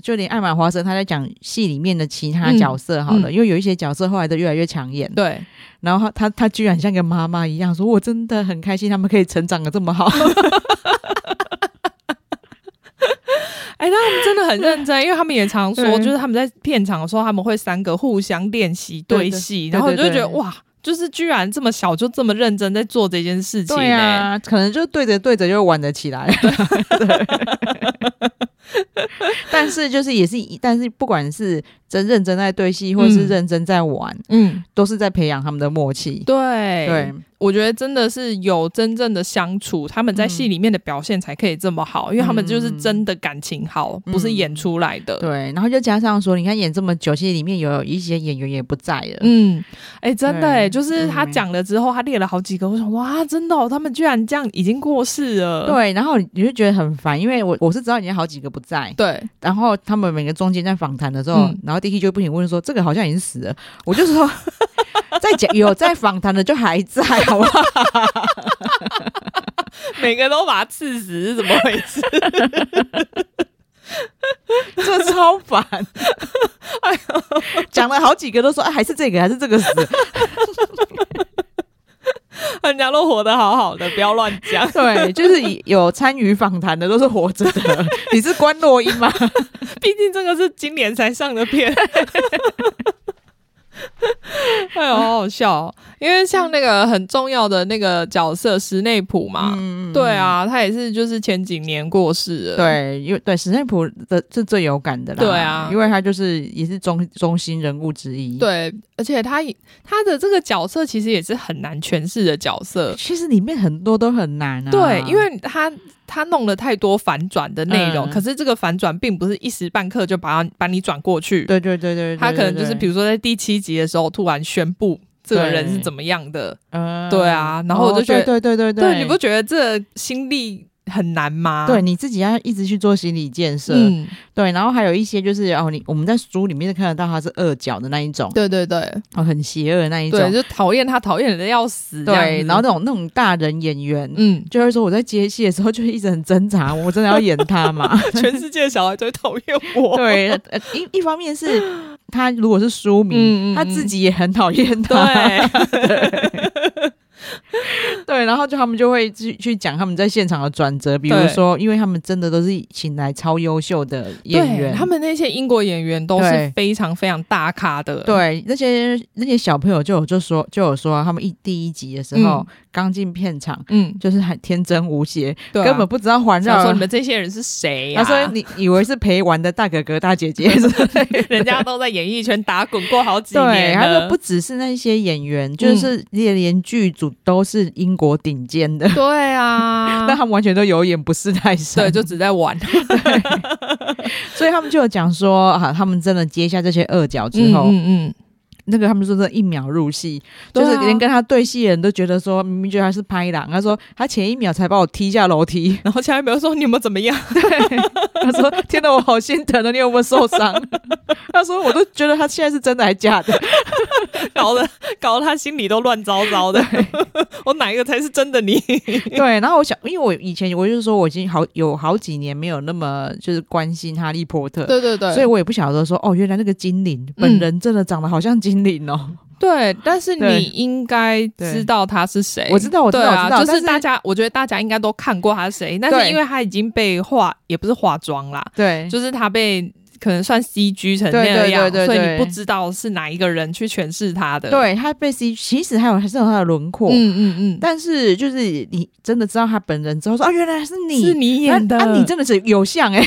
S1: 就连艾玛华森他在讲戏里面的其他角色好了，因为有一些角色后来都越来越抢眼，
S2: 对，
S1: 然后他他他居然像个妈妈一样说：“我真的很开心，他们可以成长的这么 (laughs) 好。
S2: 哎、他们真的很认真，因为他们也常说，
S1: 对
S2: 就是他们在片场的时候，他们会三个互相练习
S1: 对
S2: 对
S1: 对
S2: 戏，
S1: 对
S2: 然后你就
S1: 对
S2: 会觉得
S1: 对
S2: 哇，就是居然这么小就这么认真在做这件事”情、欸，
S1: 对啊，可能就对着对着就玩得起 (laughs) 来。对，但是就是也是，但是不管是真认真在对戏，或者是
S2: 嗯
S1: 认真在玩，
S2: 嗯，
S1: 都是在培养他们的默契。
S2: 对
S1: 对，
S2: 我觉得真的是有真正的相处，他们在
S1: 嗯
S2: 戏里面的表现才可以这么好，因为他们就是真的感情好，
S1: 嗯
S2: 不是演出来的。
S1: 对，然后就加上说，你看演这么久，其实里面有一些演员也不在了。
S2: 嗯，哎、真的、哎，
S1: 对
S2: 就是他
S1: 嗯
S2: 讲了之后，他列了好几个，我想哇，真的、哦，他们居然这样已经过世了。
S1: 对，然后你就觉得很烦，因为我我是知道你有好几个不在，
S2: 对，
S1: 然后他们每个中间在访谈的时候，
S2: 嗯
S1: 然后 D K 就不停问说这个好像已经死了，我就说 (laughs) 在讲有在访谈的就还在，好不好？
S2: (laughs)
S1: (laughs)
S2: 每个都把他刺死是怎么回事？
S1: 这超烦，讲了好几个都说、啊、还是这个还是这个死，。
S2: 人家都活得好好的，不要乱讲 (laughs)
S1: 对，就是有参与访谈的都是活着的，你是关洛英 (laughs) 吗？
S2: 毕竟这个是今年才上的片。 (laughs) 哎呦，好好笑、哦！因为像那个很重要的那个角色史内普嘛，
S1: 嗯
S2: 对啊，他也是就是前几年过世了。
S1: 对，因为对史内普的是最有感的啦，
S2: 对啊
S1: 因为他就是也是中中心人物之一。，
S2: 对，而且他也他的这个角色其实也是很难诠释的角色，
S1: 其实里面很多都很难啊，
S2: 对，因为他他弄了太多反转的内容，
S1: 嗯
S2: 可是这个反转并不是一时半刻就把它把你转过去，
S1: 对对对对，对
S2: 他可能就是
S1: 如
S2: 比如说在第七集的时候突然宣布这个人是
S1: 对
S2: 怎么样的，
S1: 呃
S2: 对啊然后我就
S1: 哦
S2: 觉得
S1: 对对对
S2: 对，
S1: 对，
S2: 你不觉得这心力很难吗？
S1: 对，你自己要一直去做心理建设，
S2: 嗯，
S1: 对，然后还有一些就是哦，你我们在书里面看得到他是恶角的那一种，
S2: 对对对
S1: 哦，很邪恶的那一
S2: 对，
S1: 种，
S2: 就讨厌他，讨厌的要死，这样
S1: 对，
S2: 子
S1: 然后那种那种大人演员。，
S2: 嗯
S1: 就会说我在接戏的时候就一直很挣扎，我真的要演他嘛？
S2: (laughs) (laughs) 全世界的小孩最讨厌我，
S1: (laughs) 对，呃一一方面是他如果是书迷，
S2: 嗯嗯嗯
S1: 他自己也很讨厌他，
S2: 对。
S1: (laughs) 对然后就他们就会去去讲他们在现场的转折，比如
S2: 对
S1: 说，因为他们真的都是请来超优秀的演
S2: 对，
S1: 员，
S2: 他们那些英国演员都
S1: 对
S2: 是非常非常大咖的，
S1: 对那些那些小朋友就有就说就有说啊、他们一第一集的时候、
S2: 嗯
S1: 刚进片场。
S2: 嗯，
S1: 就是很天真无邪，
S2: 对啊、
S1: 根本不知道环
S2: 想
S1: 绕
S2: 说。你们这些人是谁啊呀、
S1: 他
S2: (laughs)
S1: 说：“你以为是陪玩的大哥哥、大姐姐之类的
S2: 人家都在演艺圈打滚过好几
S1: 对，
S2: 年
S1: 他
S2: 了，
S1: 说不只是那些演员，就是连连剧组都是英国顶尖 (laughs) 的，
S2: 对啊
S1: 但他们完全都有眼不识泰山。
S2: (laughs) 对，就只在玩。
S1: 所以他们就有讲说啊，他们真的接下这些恶角之后，
S2: 嗯嗯
S1: 那个他们说真的一秒入戏，
S2: 对啊，
S1: 就是连跟他对戏的人都觉得说，明明觉得他是拍档，他说他前一秒才把我踢下楼梯 (laughs)
S2: 然后下面比如说你有没有怎么样？
S1: 他说天哪，我好心疼啊，你有没有受伤？ (laughs) 他说我都觉得他现在是真的还假
S2: (laughs)
S1: 的，
S2: 搞得搞得他心里都乱糟糟的。 (laughs) 我哪一个才是真的你？
S1: 对，然后我想，因为我以前我就说我已经好有好几年没有那么就是关心哈利波特。
S2: 对对 (laughs)
S1: 所以我也不晓得说哦，原来那个精灵本人真的长得好像精灵哦。
S2: 对，但是
S1: 对
S2: 你应该知道他是谁。
S1: 我知道，我知
S2: 对
S1: 道，我
S2: 啊
S1: 知道，，
S2: 就
S1: 但
S2: 是大家，我觉得大家应该都看过他是谁，但
S1: 对
S2: 是因为他已经被化，也不是化妆啦，
S1: 对，
S2: 就是他被可能算 CG 成
S1: 对
S2: 那
S1: 对
S2: 样，
S1: 对对
S2: 所以
S1: 对
S2: 你不知道是哪一个人去诠释他
S1: (laughs)
S2: 的。，哦
S1: 对他被 C，其实还有还是有他的轮廓，
S2: 嗯嗯嗯，
S1: 但是就是你真的知道他本人之后说啊，原来是你
S2: 是你演的，
S1: 啊，啊你真的是有像哎、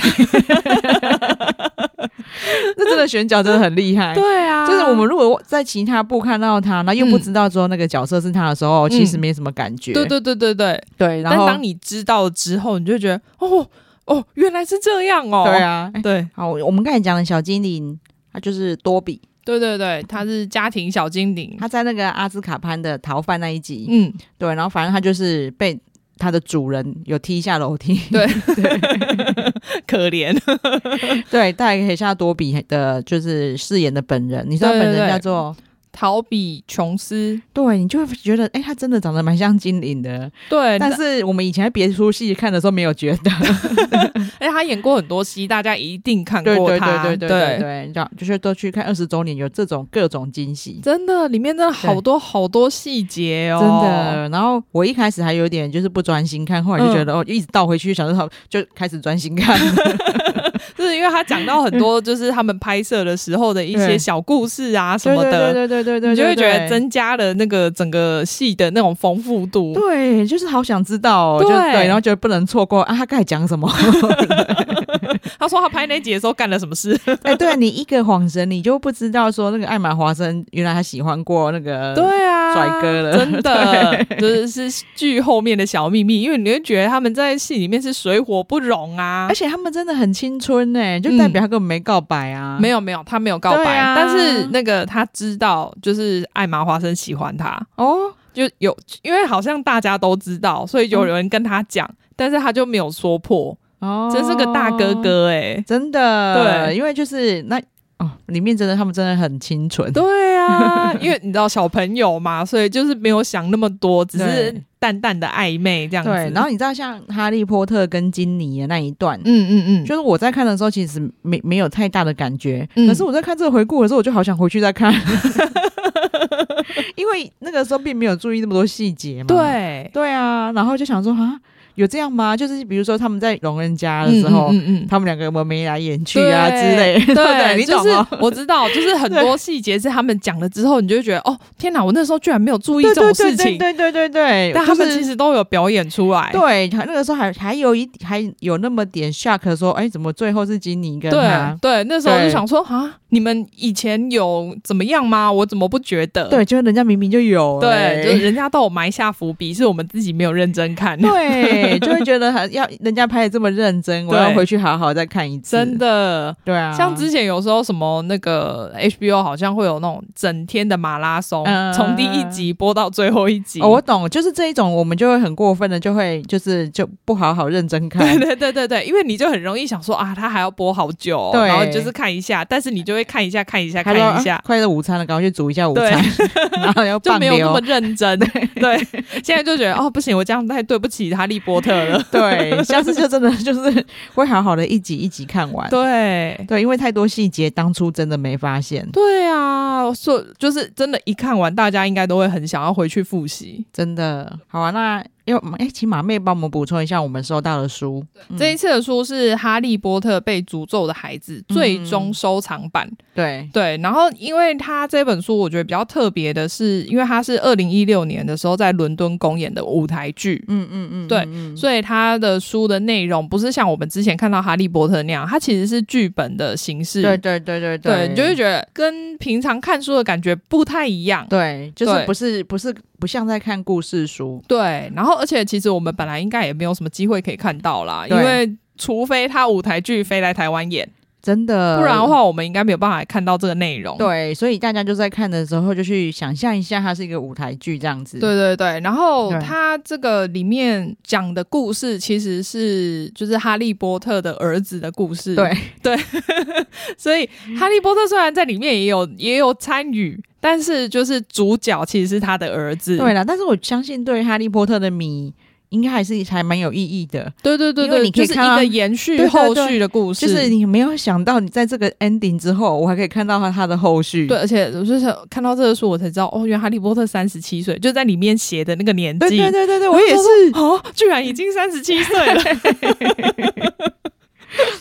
S1: 那真的选角真的很厉害。
S2: 对啊，
S1: 就是我们如果在其他部看到他，然后又不知道说那个角色是他的时候，
S2: 嗯
S1: 其实没什么感觉。
S2: 对对对对对，
S1: 对，然
S2: 但
S1: 后
S2: 当你知道了之后，你就会觉得哦哦，原来是这样哦。
S1: 对啊，哎
S2: 对
S1: 好，我们刚才讲的小精灵，他就是多比，
S2: 对对对，他是家庭小精灵。
S1: 他在那个阿兹卡潘的逃犯那一集，
S2: 嗯，
S1: 对，然后反正他就是被他的主人有踢下楼梯，
S2: 对可怜。
S1: 对，大家可以下多比的，就是饰演的本人，你知道
S2: 对
S1: 本
S2: 对
S1: 人
S2: 对
S1: 叫做，
S2: 逃避琼斯，
S1: 对你就会觉得，哎、他真的长得蛮像精灵的，
S2: 对，
S1: 但是我们以前在别出戏看的时候没有觉得，
S2: 哎，他演过很多戏，大家一定看
S1: 对
S2: 过
S1: 对对
S2: 他，
S1: 对对对对，你知道，就是都去看二十周年有这种各种惊喜。
S2: 真的，里面真的好多好多细节哦，
S1: 真的，然后我一开始还有点就是不专心看，后来就觉得、哦，一直倒回去想说，就开始专心 (laughs) 看。
S2: 就是因为他讲到很多，就是他们拍摄的时候的一些
S1: 对
S2: 小故事啊什么的，
S1: 对对对对对
S2: 你就会觉得
S1: 真
S2: 增加了那个整个戏的那种丰富度。
S1: 对，就是好想知道、哦，
S2: 对
S1: 就对，然后觉得不能错过啊，他刚才讲什么？
S2: 他说他拍那集的时候干了什么事？
S1: (laughs) 哎，对你一个恍神，你就不知道说那个艾玛华生原来他喜欢过那个，
S2: 对啊，
S1: 帅
S2: (laughs)
S1: 哥了
S2: 真的，就是是剧后面的小秘密，因为你会觉得他们在戏里面是水火不容啊
S1: 而。且他们真的很青春呢、就代表他根本没告白啊，
S2: 没有没有，他没有告
S1: 对
S2: 白，
S1: 啊
S2: 但是那个他知道，就是艾玛华生喜欢他，
S1: 哦，
S2: 就有因为好像大家都知道，所以有人跟他讲，但是他就没有说破，
S1: 哦，
S2: 真是个大哥，哥哎、
S1: 真的，
S2: 对
S1: 因为就是那哦，里面真的他们真的很清纯，
S2: 对啊， (laughs) 因为你知道小朋友嘛，所以就是没有想那么多，只是
S1: 对
S2: 淡淡的暧昧这样子。
S1: 对，然后你知道像哈利波特跟金妮的那一段。
S2: 嗯嗯嗯，
S1: 就是我在看的时候，其实没没有太大的感觉，
S2: 嗯
S1: 可是我在看这个回顾的时候，我就好想回去再看， (laughs) 因为那个时候并没有注意那么多细节嘛。
S2: 对，
S1: 对啊，然后就想说啊，有这样吗？就是比如说他们在聋人家的
S2: 嗯
S1: 时候，
S2: 嗯嗯嗯
S1: 他们两个有没有眉来眼去啊之类的，不 (laughs)
S2: 对，
S1: 对？你懂
S2: 就是
S1: 哦。
S2: 我知道，就是很多细节是他们讲了之后，你就会觉得哦，天哪，我那时候居然没有注
S1: (laughs)
S2: 意
S1: 对
S2: 这
S1: 对
S2: 种事
S1: 对
S2: 情
S1: 对。对对对对，
S2: 但他们
S1: 就是
S2: 其实都有表演出来，
S1: 对，他那个时候还还有一还有那么点 shock，说哎，怎么最后是金妮跟
S2: 对
S1: 他？
S2: 对，那时候我就
S1: 嗯对
S2: 想说啊，你们以前有怎么样吗？我怎么不觉得？
S1: 对，就是人家明明就有、
S2: 对，就是
S1: 哎
S2: 人家都有埋下伏笔，是我们自己没有认真
S1: (laughs)
S2: 看。
S1: 对，就会觉得很要人家拍的这么认真，我
S2: 对
S1: 要回去好好再看一次。
S2: 真，的，
S1: 对啊，
S2: 像之前有时候什么那个 HBO 好像会有那种整天的马拉松，
S1: 嗯
S2: 从第一集播到最后一集。
S1: 哦，我懂，就是这一种，我们就会很过分的，就会就是就不好好认 (laughs) 真看
S2: 对。对对对对，因为你就很容易想说啊，他还要播好久哦、
S1: 对
S2: 然后你就是看一下，但是你就会看一下看一下
S1: 他
S2: 看
S1: 说
S2: 一下，
S1: 啊快到午餐了，赶快去煮一下午
S2: 对
S1: 餐， (laughs) 然后要
S2: 就
S1: 半
S2: 没有那 (laughs) 么
S1: 流。
S2: 认真。对，现在就觉得哦，不行，我这样太对不起哈利波特了。
S1: 对，下次就真的就是会好好的一集一集看完。
S2: 对。
S1: (laughs) 对，因为太多细节，当初真的没发现，
S2: 对啊，所就是真的，一看完大家应该都会很想要回去复习。
S1: 真的。好啊，那要哎，请马妹帮我们补充一下我们收到的书。嗯
S2: 这一次的书是《哈利波特被诅咒的孩子》
S1: 嗯
S2: 最终收藏版，
S1: 对，
S2: 对，然后因为他这本书，我觉得比较特别的是，因为它是二零一六年的时候在伦敦公演的舞台剧。
S1: 嗯嗯嗯，
S2: 对
S1: 嗯，
S2: 所以它的书的内容不是像我们之前看到《哈利波特》那样，它其实是剧本的形式。
S1: 以对对对对
S2: 对你就会觉得跟平常看书的感觉不太一样。
S1: 对，就
S2: 对
S1: 是不是不是不像在看故事书，
S2: 对，然后而且其实我们本来应该也没有什么机会可以看到啦，因
S1: 对
S2: 为除非他舞台剧飞来台湾演，
S1: 真的，
S2: 不然的。话我们应该没有办法看到这个内容。
S1: 对，所以大家就在看的时候，就去想象一下它是一个舞台剧这样子。
S2: 对对对，然后
S1: 对
S2: 他这个里面讲的故事其实是就是哈利波特的儿子的故事， (laughs)
S1: 对，
S2: 所以哈利波特虽然在里面也有也有参与，但是就是主角其实是他的儿子，
S1: 对啦，但是我相信对哈利波特的迷，应该还是还蛮有意义的。
S2: 对对对
S1: 因为
S2: 对，
S1: 你可以
S2: 就是
S1: 看
S2: 一
S1: 到
S2: 个延续
S1: 对对
S2: 后
S1: 对
S2: 续的故事，
S1: 就是你没有想到，你在这个 ending 之后，我还可以看到他他的后续。
S2: 对，而且我就是看到这个书，我才知道哦，原来哈利波特三十七岁，就在里面写的那个年纪。哦
S1: 对对对对对，
S2: (laughs) 我
S1: 我也
S2: 就想
S1: 是。
S2: 哦，居然已经三十七岁了。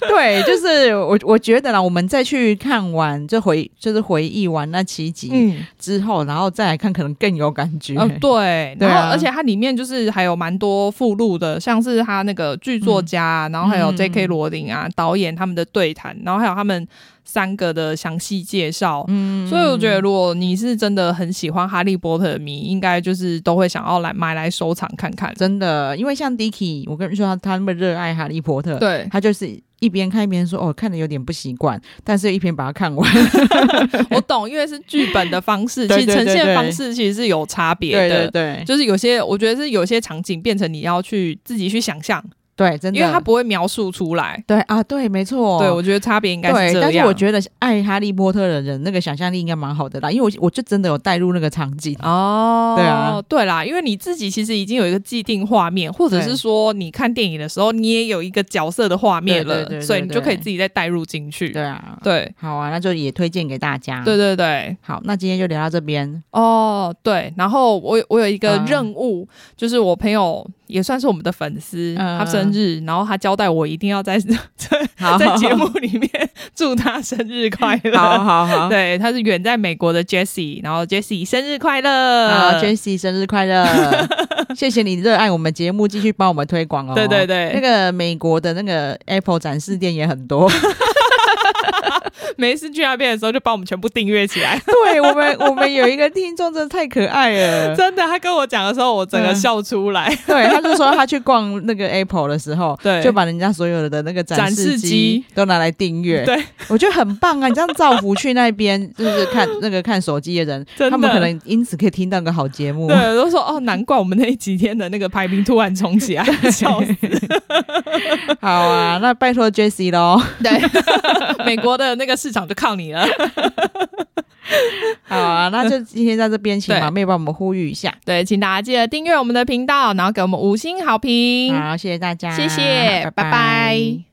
S1: 对，就是我我觉得啦，我们再去看完，就回就是回忆完那七集
S2: (laughs) 嗯，
S1: 之后，然后再来看，可能更有感觉。
S2: 呃，对，
S1: (laughs) 对
S2: 然后
S1: 啊
S2: 而且它里面就是还有蛮多附录的，像是他那个剧作家啊，然后还有
S1: 嗯
S2: J.K. 罗琳啊、导演他们的对谈，然后还有他们三个的详细介绍。嗯，所以我觉得如果你是真的很喜欢哈利波特的迷，应该就是都会想要来买来收藏看看。
S1: 真的，因为像 Dicky，我跟你说他他那么热爱哈利波特，
S2: 对，
S1: 他就是一边看一边说哦，看的有点不习惯，但是一边把它看完。
S2: (laughs) 我懂，因为是剧本的
S1: (laughs)
S2: 方式，其
S1: 对
S2: 实
S1: 对
S2: 呈
S1: 对
S2: 现
S1: 对
S2: 方式其实是有差别的。
S1: 对 (laughs) 对对
S2: 就是有些，我觉得是有些场景变成你要去自己去想象，
S1: 对，真的，
S2: 因为它不会描述出来。
S1: 对啊，对，没错，
S2: 对，我觉得差别应该是
S1: 对，
S2: 这样。
S1: 但是我觉得爱哈利波特的人，那个想象力应该蛮好的啦，因为我我就真的有带入那个场景。
S2: 哦，
S1: 对啊，
S2: 对啦，因为你自己其实已经有一个既定画面，或者
S1: 对
S2: 是说你看电影的时候，你也有一个角色的画面
S1: 对对
S2: 了，
S1: 对对
S2: 所以你就
S1: 对
S2: 可以自己再带入进去。
S1: 对啊，
S2: 对
S1: 好啊，那就也推荐给大家。
S2: 对，对对，
S1: 好，那今天就聊到这
S2: (laughs)
S1: 边。
S2: 哦对，然后我我有一个
S1: 嗯
S2: 任务，就是我朋友也算是我们的粉丝，
S1: 嗯
S2: 他生日，然后他交代我一定要在 (laughs)
S1: 好，
S2: 在节目里面祝他生日快乐。
S1: 好好好，
S2: 对，他是远在美国的 Jessie，然后 Jessie 生日快乐，
S1: 好 Jessie 生日快
S2: (laughs)
S1: 乐！谢谢你热爱我们节目，继续帮我们推广哦。
S2: 对对对
S1: 那个美国的那个 Apple 展示店也很多。 (laughs)
S2: 每一次去那边的时候，就把我们全部订阅起 (laughs) 来。
S1: 对我们，我们有一个听众真的太可爱了。
S2: 真的，他跟我讲的时候，我 (laughs) 整个笑出来。
S1: (laughs) 对，他就说他去逛那个 Apple 的时候，
S2: 对
S1: 就把人家所有的那个
S2: 展
S1: 示
S2: 示机
S1: 都拿来订阅。
S2: 对，
S1: (laughs) 我觉得很棒啊！你这样造福去那边，就是看那个看手机的人，
S2: 真的
S1: 他们可能因此可以听到个好节目。 (laughs)
S2: 对，都说哦，难怪我们那几天的那个排名突然冲 (laughs) 起来，笑死。
S1: (laughs) 好啊，那拜托 Jessie 喽。
S2: 对，美国的那个市场就靠你了。
S1: 好啊，那就今天在这边，请
S2: 对
S1: 马妹帮我们呼吁一下。
S2: 对，请大家记得订阅我们的频道，然后给我们五星好评。
S1: 好，谢谢大家，
S2: 嗯谢谢拜拜